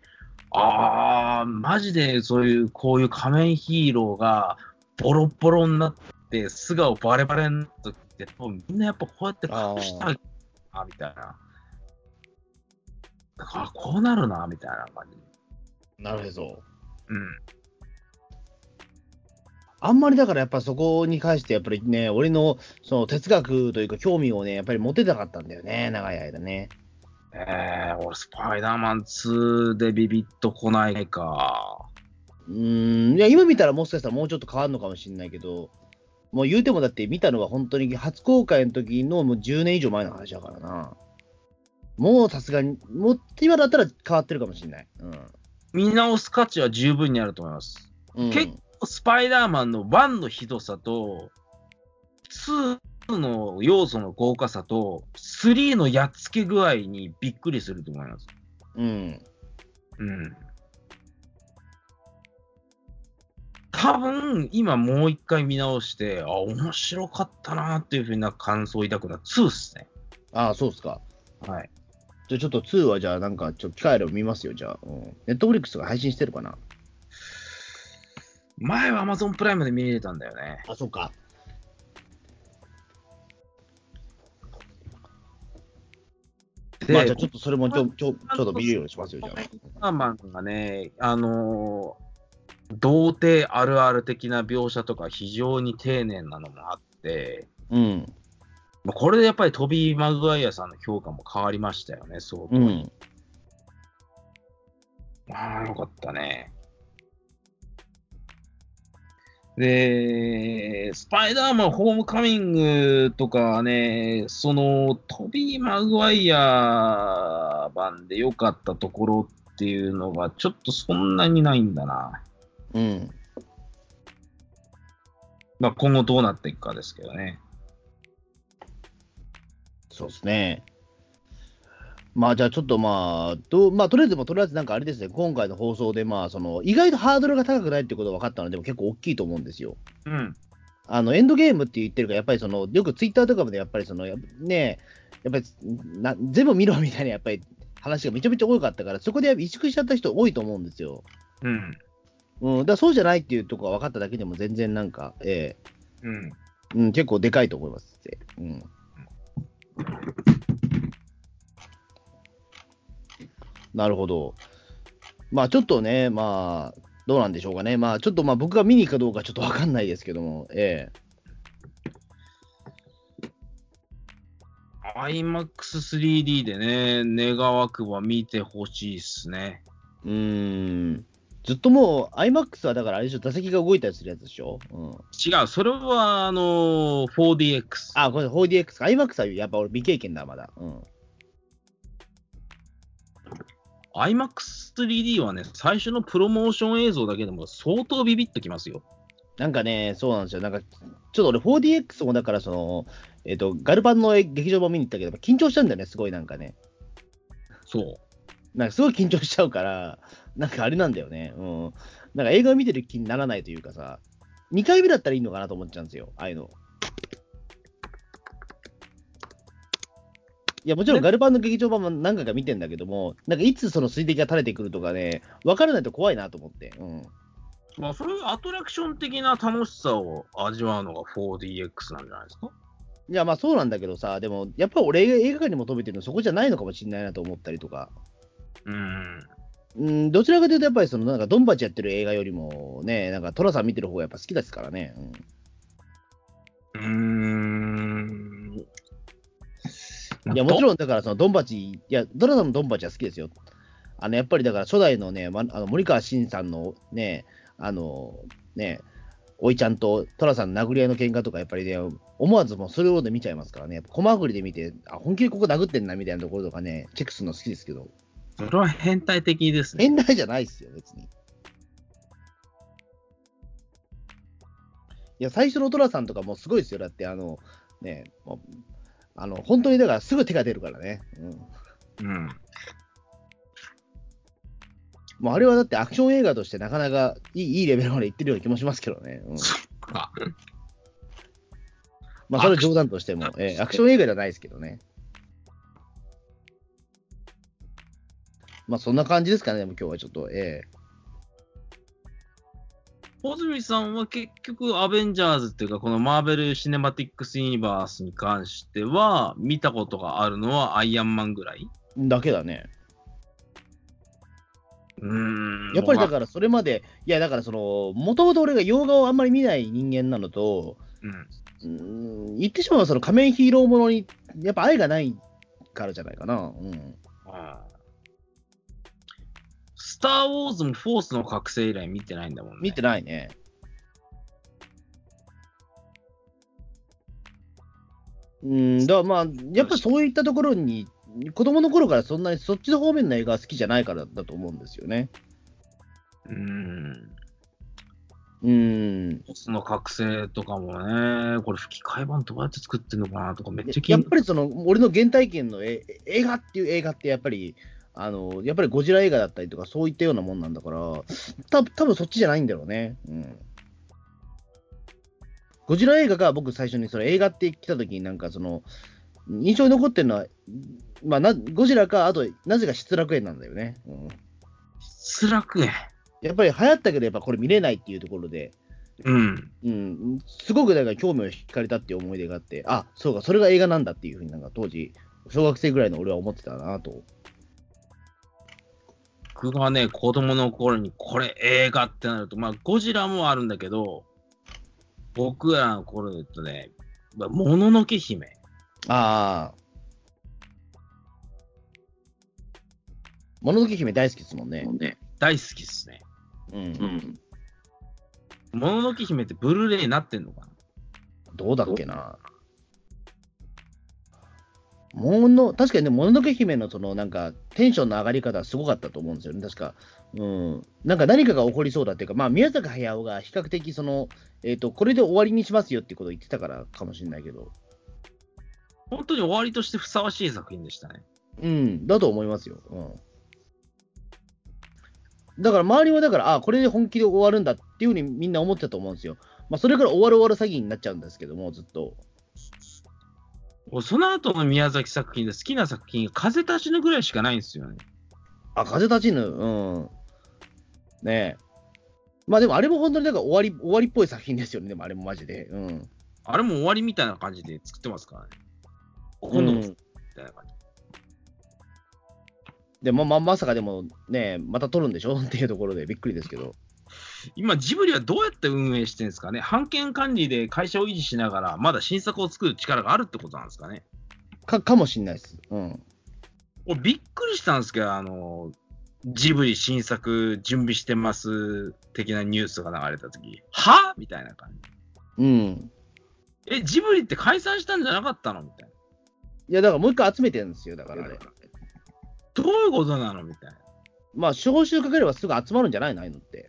[SPEAKER 3] あー、マジでそういう、こういう仮面ヒーローがボロボロになって、素顔バレバレになった時って、多分みんなやっぱこうやって隠してあげてるなみたいな。だからこうなるな、みたいな感じ。
[SPEAKER 2] なるへそ。
[SPEAKER 3] うん。
[SPEAKER 2] あんまりだからやっぱそこに関してやっぱりね、俺のその哲学というか興味をね、やっぱり持てたかったんだよね、長い間ね。
[SPEAKER 3] えー、俺、スパイダーマン2でビビッとこないか。
[SPEAKER 2] うーん、いや、今見たらもしかしたらもうちょっと変わるのかもしれないけど、もう言うてもだって見たのは本当に初公開の時のもう10年以上前の話だからな。もうさすがに、もう今だったら変わってるかもしれない。
[SPEAKER 3] 見直す価値は十分にあると思います。
[SPEAKER 2] うん。うん
[SPEAKER 3] 結スパイダーマンの1のひどさと、2の要素の豪華さと、3のやっつけ具合にびっくりすると思います。
[SPEAKER 2] うん。
[SPEAKER 3] うん。多分、今もう一回見直して、あ、面白かったなっていうふうな感想を抱くのは2っすね。
[SPEAKER 2] ああ、そうっすか。
[SPEAKER 3] はい。
[SPEAKER 2] じゃあちょっと2はじゃあなんかちょっと機会あれば見ますよ、じゃあ。ネットフリックスが配信してるかな
[SPEAKER 3] 前は Amazon プライムで見れたんだよね。
[SPEAKER 2] あ、そうか。
[SPEAKER 3] で、
[SPEAKER 2] まあじゃあちょっとそれもちょちょちょっと見るようにしますよ、じゃ
[SPEAKER 3] アンマンがね、あのー童貞あるある的な描写とか非常に丁寧なのもあって、
[SPEAKER 2] あ。うん。
[SPEAKER 3] まあこれでやっぱりトビー・マグワイアさんの評価も変わりましたよね、そう。
[SPEAKER 2] うん。
[SPEAKER 3] ああ、よかったね。で、スパイダーマンホームカミングとかね、そのトビー・マグワイア版で良かったところっていうのが、ちょっとそんなにないんだな。
[SPEAKER 2] うん。
[SPEAKER 3] まあ、今後どうなっていくかですけどね。
[SPEAKER 2] そうですね。まあじゃあちょっとまあ、どうまあ、とりあえずもう、とりあえずなんかあれですね、今回の放送で、まあ、その意外とハードルが高くないってことが分かったので、でも結構大きいと思うんですよ。
[SPEAKER 3] うん。
[SPEAKER 2] あのエンドゲームって言ってるから、やっぱりその、よくツイッターとかで、やっぱりその、やっぱねやっぱりな全部見ろみたいな、やっぱり話がめちゃめちゃ多かったから、そこでやっぱ萎縮しちゃった人多いと思うんですよ。
[SPEAKER 3] うん。
[SPEAKER 2] うん、だからそうじゃないっていうところが分かっただけでも、全然なんか、え
[SPEAKER 3] うん。
[SPEAKER 2] えうん、結構でかいと思いますって。うんなるほど。まあちょっとね、まあ、どうなんでしょうかね。まあちょっとまあ僕が見に行くかどうかちょっとわかんないですけども、ええ
[SPEAKER 3] IMAX3D でね、願わくば見てほしいっすね。
[SPEAKER 2] うーん。ずっともう IMAX はだからあれでしょ、座席が動いたりするやつでしょ。うん、
[SPEAKER 3] 違う、それは、あのー 4DX。
[SPEAKER 2] あ、これ 4DX か。IMAX はやっぱ俺未経験だ、まだ。うん。
[SPEAKER 3] IMAX3D はね、最初のプロモーション映像だけでも相当ビビってきますよ。
[SPEAKER 2] なんかね、そうなんですよ。なんか、ちょっと俺 4DX もだからその、えっ、と、ガルパンの劇場版見に行ったけど、緊張しちゃうんだよね、すごいなんかね。
[SPEAKER 3] そう。
[SPEAKER 2] なんかすごい緊張しちゃうから、なんかあれなんだよね。うん。なんか映画を見てる気にならないというかさ、2回目だったらいいのかなと思っちゃうんですよ、ああいうの。いや、もちろん
[SPEAKER 3] ね
[SPEAKER 2] ガルパンの劇場版も何回か見てんだけども、なんかいつその水滴が垂れてくるとかね、分からないと怖いなと思って。うん。
[SPEAKER 3] まあ、そういうアトラクション的な楽しさを味わうのが 4DX なんじゃないですか
[SPEAKER 2] いや、まあそうなんだけどさ、でも、やっぱり俺映画館に求めてるのそこじゃないのかもしれないなと思ったりとか。
[SPEAKER 3] うん。
[SPEAKER 2] うん、どちらかというと、やっぱりその、なんかドンバチやってる映画よりもね、なんかトラさん見てる方がやっぱ好きですからね。うん。
[SPEAKER 3] うーん。
[SPEAKER 2] いや、もちろん、だから、その、ドンバチ、いや、ドラさんのドンバチは好きですよ。あの、やっぱり、だから、初代のね、ま、あの森川慎さんのね、あの、ね、おいちゃんとトラさんの殴り合いの喧嘩とか、やっぱりね、思わずもうそれをで見ちゃいますからね、やっぱ、小まぐりで見て、あ、本気でここ殴ってんな、みたいなところとかね、チェックするの好きですけど、
[SPEAKER 3] それは変態的ですね。
[SPEAKER 2] 変態じゃないですよ、別に。いや、最初のトラさんとかもうすごいですよ、だって、あの、ね、もうあの、本当にだから、すぐ手が出るからね。うん
[SPEAKER 3] うん。
[SPEAKER 2] もうあれはだってアクション映画としてなかなかいいいいレベルまでいってるような気もしますけどね。うん、
[SPEAKER 3] か
[SPEAKER 2] まあそれは冗談としても、えーアクション映画じゃないですけどね。まあそんな感じですかね、でも今日はちょっと。え
[SPEAKER 3] 穂積さんは結局、アベンジャーズっていうか、このマーベル・シネマティックス・ユニバースに関しては、見たことがあるのはアイアンマンぐらい
[SPEAKER 2] ーだけだね。
[SPEAKER 3] うーん。
[SPEAKER 2] やっぱりだからそれまで、いやだからその、もともと俺が洋画をあんまり見ない人間なのと、
[SPEAKER 3] うん。
[SPEAKER 2] うーん言ってしまえばその仮面ヒーローものにやっぱ愛がないからじゃないかな。うん。
[SPEAKER 3] スター・ウォーズもフォースの覚醒以来見てないんだもんね。
[SPEAKER 2] 見てないね。うん、だからまあ、やっぱそういったところに、子供の頃からそんなにそっちの方面の映画が好きじゃないからだと思うんですよね。
[SPEAKER 3] うーん。
[SPEAKER 2] うん。
[SPEAKER 3] その覚醒とかもね、これ吹き替え版どうやって作ってるのかなとかめっちゃ気
[SPEAKER 2] やっ
[SPEAKER 3] に
[SPEAKER 2] ぱりその、俺の原体験のえ映画っていう映画って、やっぱり、あの、やっぱりゴジラ映画だったりとか、そういったようなもんなんだから、た多分そっちじゃないんだろうね。うん。ゴジラ映画が僕最初にそれ映画って来た時になんかその、印象に残ってるのは、まあ、なゴジラか、あと、なぜか失楽園なんだよね。うん。
[SPEAKER 3] 失楽園。
[SPEAKER 2] やっぱり流行ったけど、やっぱこれ見れないっていうところで、
[SPEAKER 3] うん。
[SPEAKER 2] うん、すごくだから興味を惹かれたっていう思い出があって、あそうか、それが映画なんだっていうふうになんか当時、小学生ぐらいの俺は思ってたなと。
[SPEAKER 3] 僕がね、子供の頃にこれ映画ってなると、まあゴジラもあるんだけど、僕らの頃で言うとね、まあもののけ姫。
[SPEAKER 2] ああ。もののけ姫大好きですもんね。
[SPEAKER 3] 大好きっすね。
[SPEAKER 2] うん。
[SPEAKER 3] もののけ姫ってブルーレイになってんのかな
[SPEAKER 2] どうだっけな。もの、確かにね、もののけ姫のそのなんかテンションの上がり方はすごかったと思うんですよね、確か。うん。なんか何かが起こりそうだっていうか、まあ宮坂駿が比較的その、えっ、と、これで終わりにしますよってことを言ってたからかもしれないけど。
[SPEAKER 3] 本当に終わりとしてふさわしい作品でしたね。
[SPEAKER 2] うん、だと思いますよ。うん。だから周りはだから、あこれで本気で終わるんだっていうふうにみんな思ってたと思うんですよ。まあ、それから終わる終わる詐欺になっちゃうんですけども、ずっと。
[SPEAKER 3] 俺その後の宮崎作品で好きな作品、風立ちぬぐらいしかないんですよね。
[SPEAKER 2] あ、風立ちぬ、うん。ねえ。まあでもあれも本当になんか終わり、終わりっぽい作品ですよね、でもあれもマジで。うん。
[SPEAKER 3] あれも終わりみたいな感じで作ってますからね。今度も作ってみたいな感じ。
[SPEAKER 2] でも、まあ、まさかでもね、また撮るんでしょ っていうところでびっくりですけど。
[SPEAKER 3] 今、ジブリはどうやって運営してるんですかね。版権管理で会社を維持しながら、まだ新作を作る力があるってことなんですかね。
[SPEAKER 2] か、かもしんないです。うん。
[SPEAKER 3] 俺、びっくりしたんですけど、あの、ジブリ新作準備してます的なニュースが流れたとき、はみたいな感じ。
[SPEAKER 2] うん。
[SPEAKER 3] え、ジブリって解散したんじゃなかったのみたい
[SPEAKER 2] いや、だからもう一回集めてるんですよ、だからあれ。
[SPEAKER 3] な。どういうことなのみたいな。
[SPEAKER 2] まあ、招集かければすぐ集まるんじゃないのああいうのって。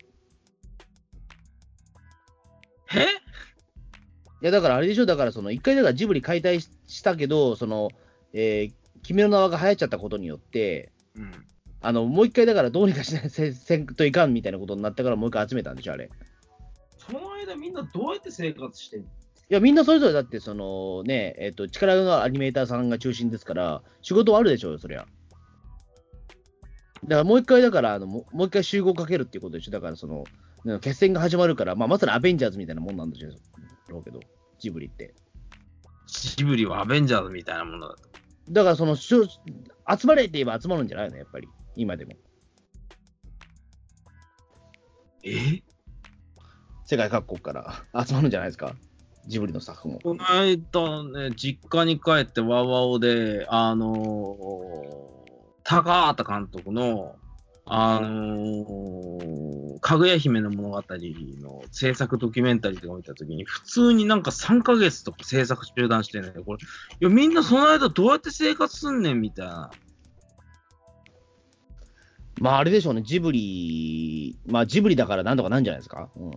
[SPEAKER 3] え
[SPEAKER 2] いや、だからあれでしょ、だからその、一回だからジブリ解体ししたけど、その、えー君の名はが流行っちゃったことによって、
[SPEAKER 3] うん。
[SPEAKER 2] あの、もう一回だからどうにかしないせせんといかんみたいなことになったから、もう一回集めたんでしょ、あれ。い
[SPEAKER 3] その間みんなどうやって生活してんの
[SPEAKER 2] や、みんなそれぞれだって、そのね、えっ、と、力のあるアニメーターさんが中心ですから、仕事はあるでしょうよ、そりゃ。だからもう一回、だから、あのももう一回集合かけるっていうことでしょ、だからその、ね決戦が始まるから、まあ、まさにアベンジャーズみたいなもんなんでしょうけど、ジブリって。
[SPEAKER 3] ジブリはアベンジャーズみたいなものだと。
[SPEAKER 2] だからその、しょ集まれって言えば集まるんじゃないのやっぱり。今でも。
[SPEAKER 3] え
[SPEAKER 2] 世界各国から集まるんじゃないですかジブリの作も。
[SPEAKER 3] この間ね、実家に帰ってワウワウで、あのー、高畑監督の、あのー、かぐや姫の物語の制作ドキュメンタリーとか見たときに、普通になんか3ヶ月とか制作中断してんだけど、これ、いや、みんなその間どうやって生活すんねんみたいな。
[SPEAKER 2] まああれでしょうね、ジブリ、まあジブリだからなんとかなんじゃないですか、う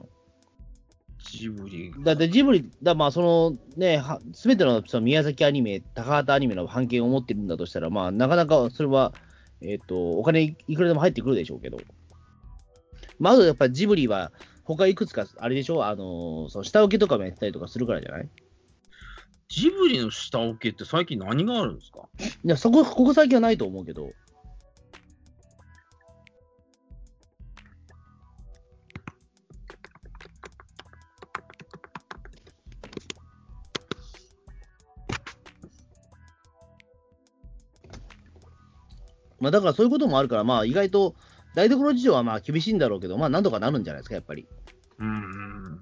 [SPEAKER 3] ジブリ
[SPEAKER 2] ん、だってジブリ、だまあそのね、すべてのその宮崎アニメ、高畑アニメの版権を持ってるんだとしたら、まあなかなかそれは、えっ、と、お金いくらでも入ってくるでしょうけど。まああとやっぱりジブリは、他いくつか、あれでしょ、あのその下請けとかもやったりとかするからじゃない
[SPEAKER 3] ジブリの下請けって最近何があるんですか
[SPEAKER 2] いや、そこ、ここ最近はないと思うけど。まあ、だからそういうこともあるから、まあ、意外と台所事情はまあ厳しいんだろうけど、まあ、なんとかなるんじゃないですか、やっぱり。
[SPEAKER 3] うんうんうん。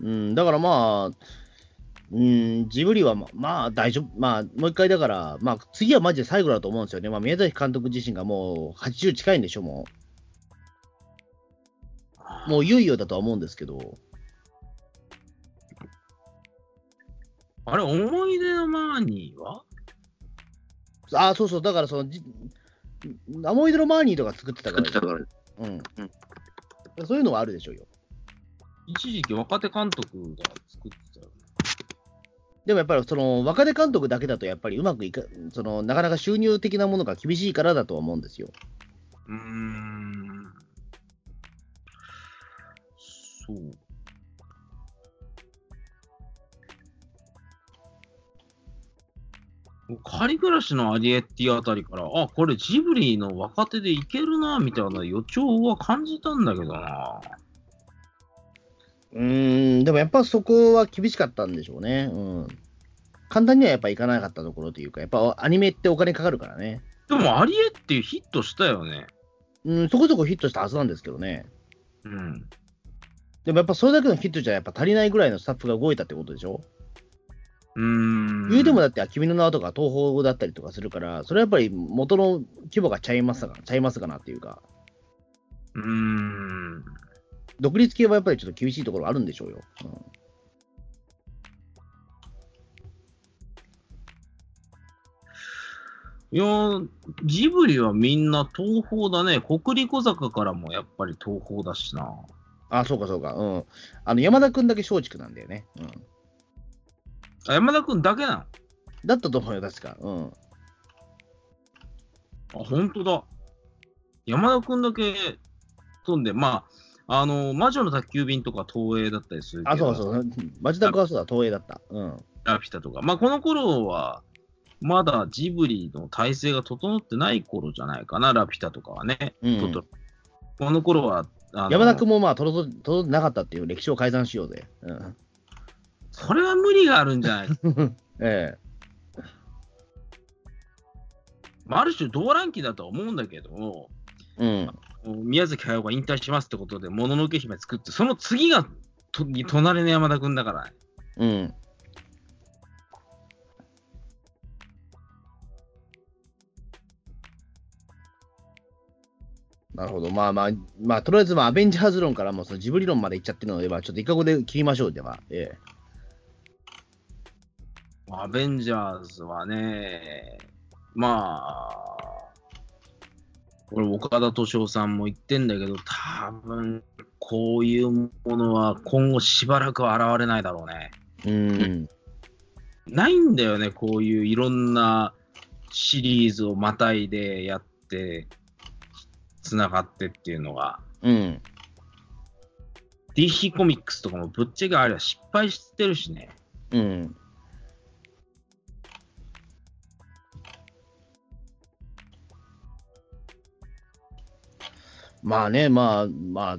[SPEAKER 2] うん、だからまあ、うん、ジブリはままあ大丈夫、まあもう一回だから、まあ次はマジで最後だと思うんですよね。まあ宮崎監督自身がもう80近いんでしょ、もう。もういよいよだとは思うんですけど、
[SPEAKER 3] あれ、思い出のマーニーは
[SPEAKER 2] あそうそう、だからそのじ、アモイドロ・マーニーとか作ってた
[SPEAKER 4] 作
[SPEAKER 2] か
[SPEAKER 4] ってたか
[SPEAKER 2] ら、
[SPEAKER 4] ら。
[SPEAKER 2] うんそういうのはあるでしょうよ。
[SPEAKER 3] 一時期若手監督が作ってたよね。
[SPEAKER 2] でもやっぱりその若手監督だけだと、やっぱりうまくいかその、なかなか収入的なものが厳しいからだとは思うんですよ。
[SPEAKER 3] うーん。そう。カリ暮らしのアリエッティあたりから、あ、これジブリの若手でいけるな、みたいな予兆は感じたんだけどな。
[SPEAKER 2] うーん、でもやっぱそこは厳しかったんでしょうね。うん。簡単にはやっぱいかなかったところというか、やっぱアニメってお金かかるからね。
[SPEAKER 3] でもアリエッティヒットしたよね。
[SPEAKER 2] うん、そこそこヒットしたはずなんですけどね。
[SPEAKER 3] うん。
[SPEAKER 2] でもやっぱそれだけのヒットじゃやっぱ足りないぐらいのスタッフが動いたってことでしょ、
[SPEAKER 3] うーん。
[SPEAKER 2] 言うてもだって、君の名はとか東宝だったりとかするから、それはやっぱり元の規模がちゃいますか、ちゃいますかなっていうか、
[SPEAKER 3] うーん。
[SPEAKER 2] 独立系はやっぱりちょっと厳しいところあるんでしょうよ。うん
[SPEAKER 3] いやー、ジブリはみんな東宝だね。国立小坂からもやっぱり東宝だしな。
[SPEAKER 2] あ、そうかそうか。うん。あの、山田君だけ松竹なんだよね。うん。
[SPEAKER 3] あ山田くんだけな
[SPEAKER 2] だったと思うよ、確か。うん。
[SPEAKER 3] のあ、本当だ。山田くんだけ飛んで、まあ、あの、魔女の宅急便とか東映だったりするけど
[SPEAKER 2] あ、そうそう。町田君はそうだ、東映だった。うん。
[SPEAKER 3] ラピュタとか。まあ、この頃は、まだジブリの体制が整ってない頃じゃないかな、ラピュタとかはね。
[SPEAKER 2] うん
[SPEAKER 3] トトこの頃は、あの
[SPEAKER 2] 山田君もまあ、届い届いてなかったっていう歴史を改ざんしようぜ。うん。
[SPEAKER 3] それは無理があるんじゃない
[SPEAKER 2] ええ
[SPEAKER 3] まあ、ある種、動乱期だとは思うんだけど、
[SPEAKER 2] うん。
[SPEAKER 3] 宮崎駿が引退しますってことで、もののけ姫作って、その次がと隣の山田君だから、ね、
[SPEAKER 2] うん。なるほど。まあまあ、まあ、とりあえず、まあ、アベンジャーズ論からもうそのジブリ論までいっちゃってるので、まあちょっと一角で切りましょう、では。ええ。
[SPEAKER 3] アベンジャーズはね、まあ、これ、岡田斗司夫さんも言ってんだけど、多分こういうものは今後しばらくは現れないだろうね。
[SPEAKER 2] うん。
[SPEAKER 3] ないんだよね、こういういろんなシリーズをまたいでやって、つながってっていうのが。
[SPEAKER 2] うん。
[SPEAKER 3] DC コミックスとかもぶっちゃけあれは失敗してるしね。
[SPEAKER 2] うん。まあね、まあまあ、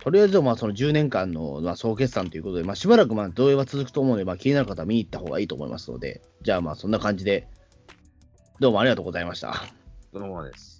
[SPEAKER 2] とりあえずまあその10年間の、まあ、総決算ということで、まあ、しばらくまあ動揺は続くと思うので、まあ、気になる方は見に行った方がいいと思いますので、じゃあまあそんな感じで、どうもありがとうございました。
[SPEAKER 3] どうもです。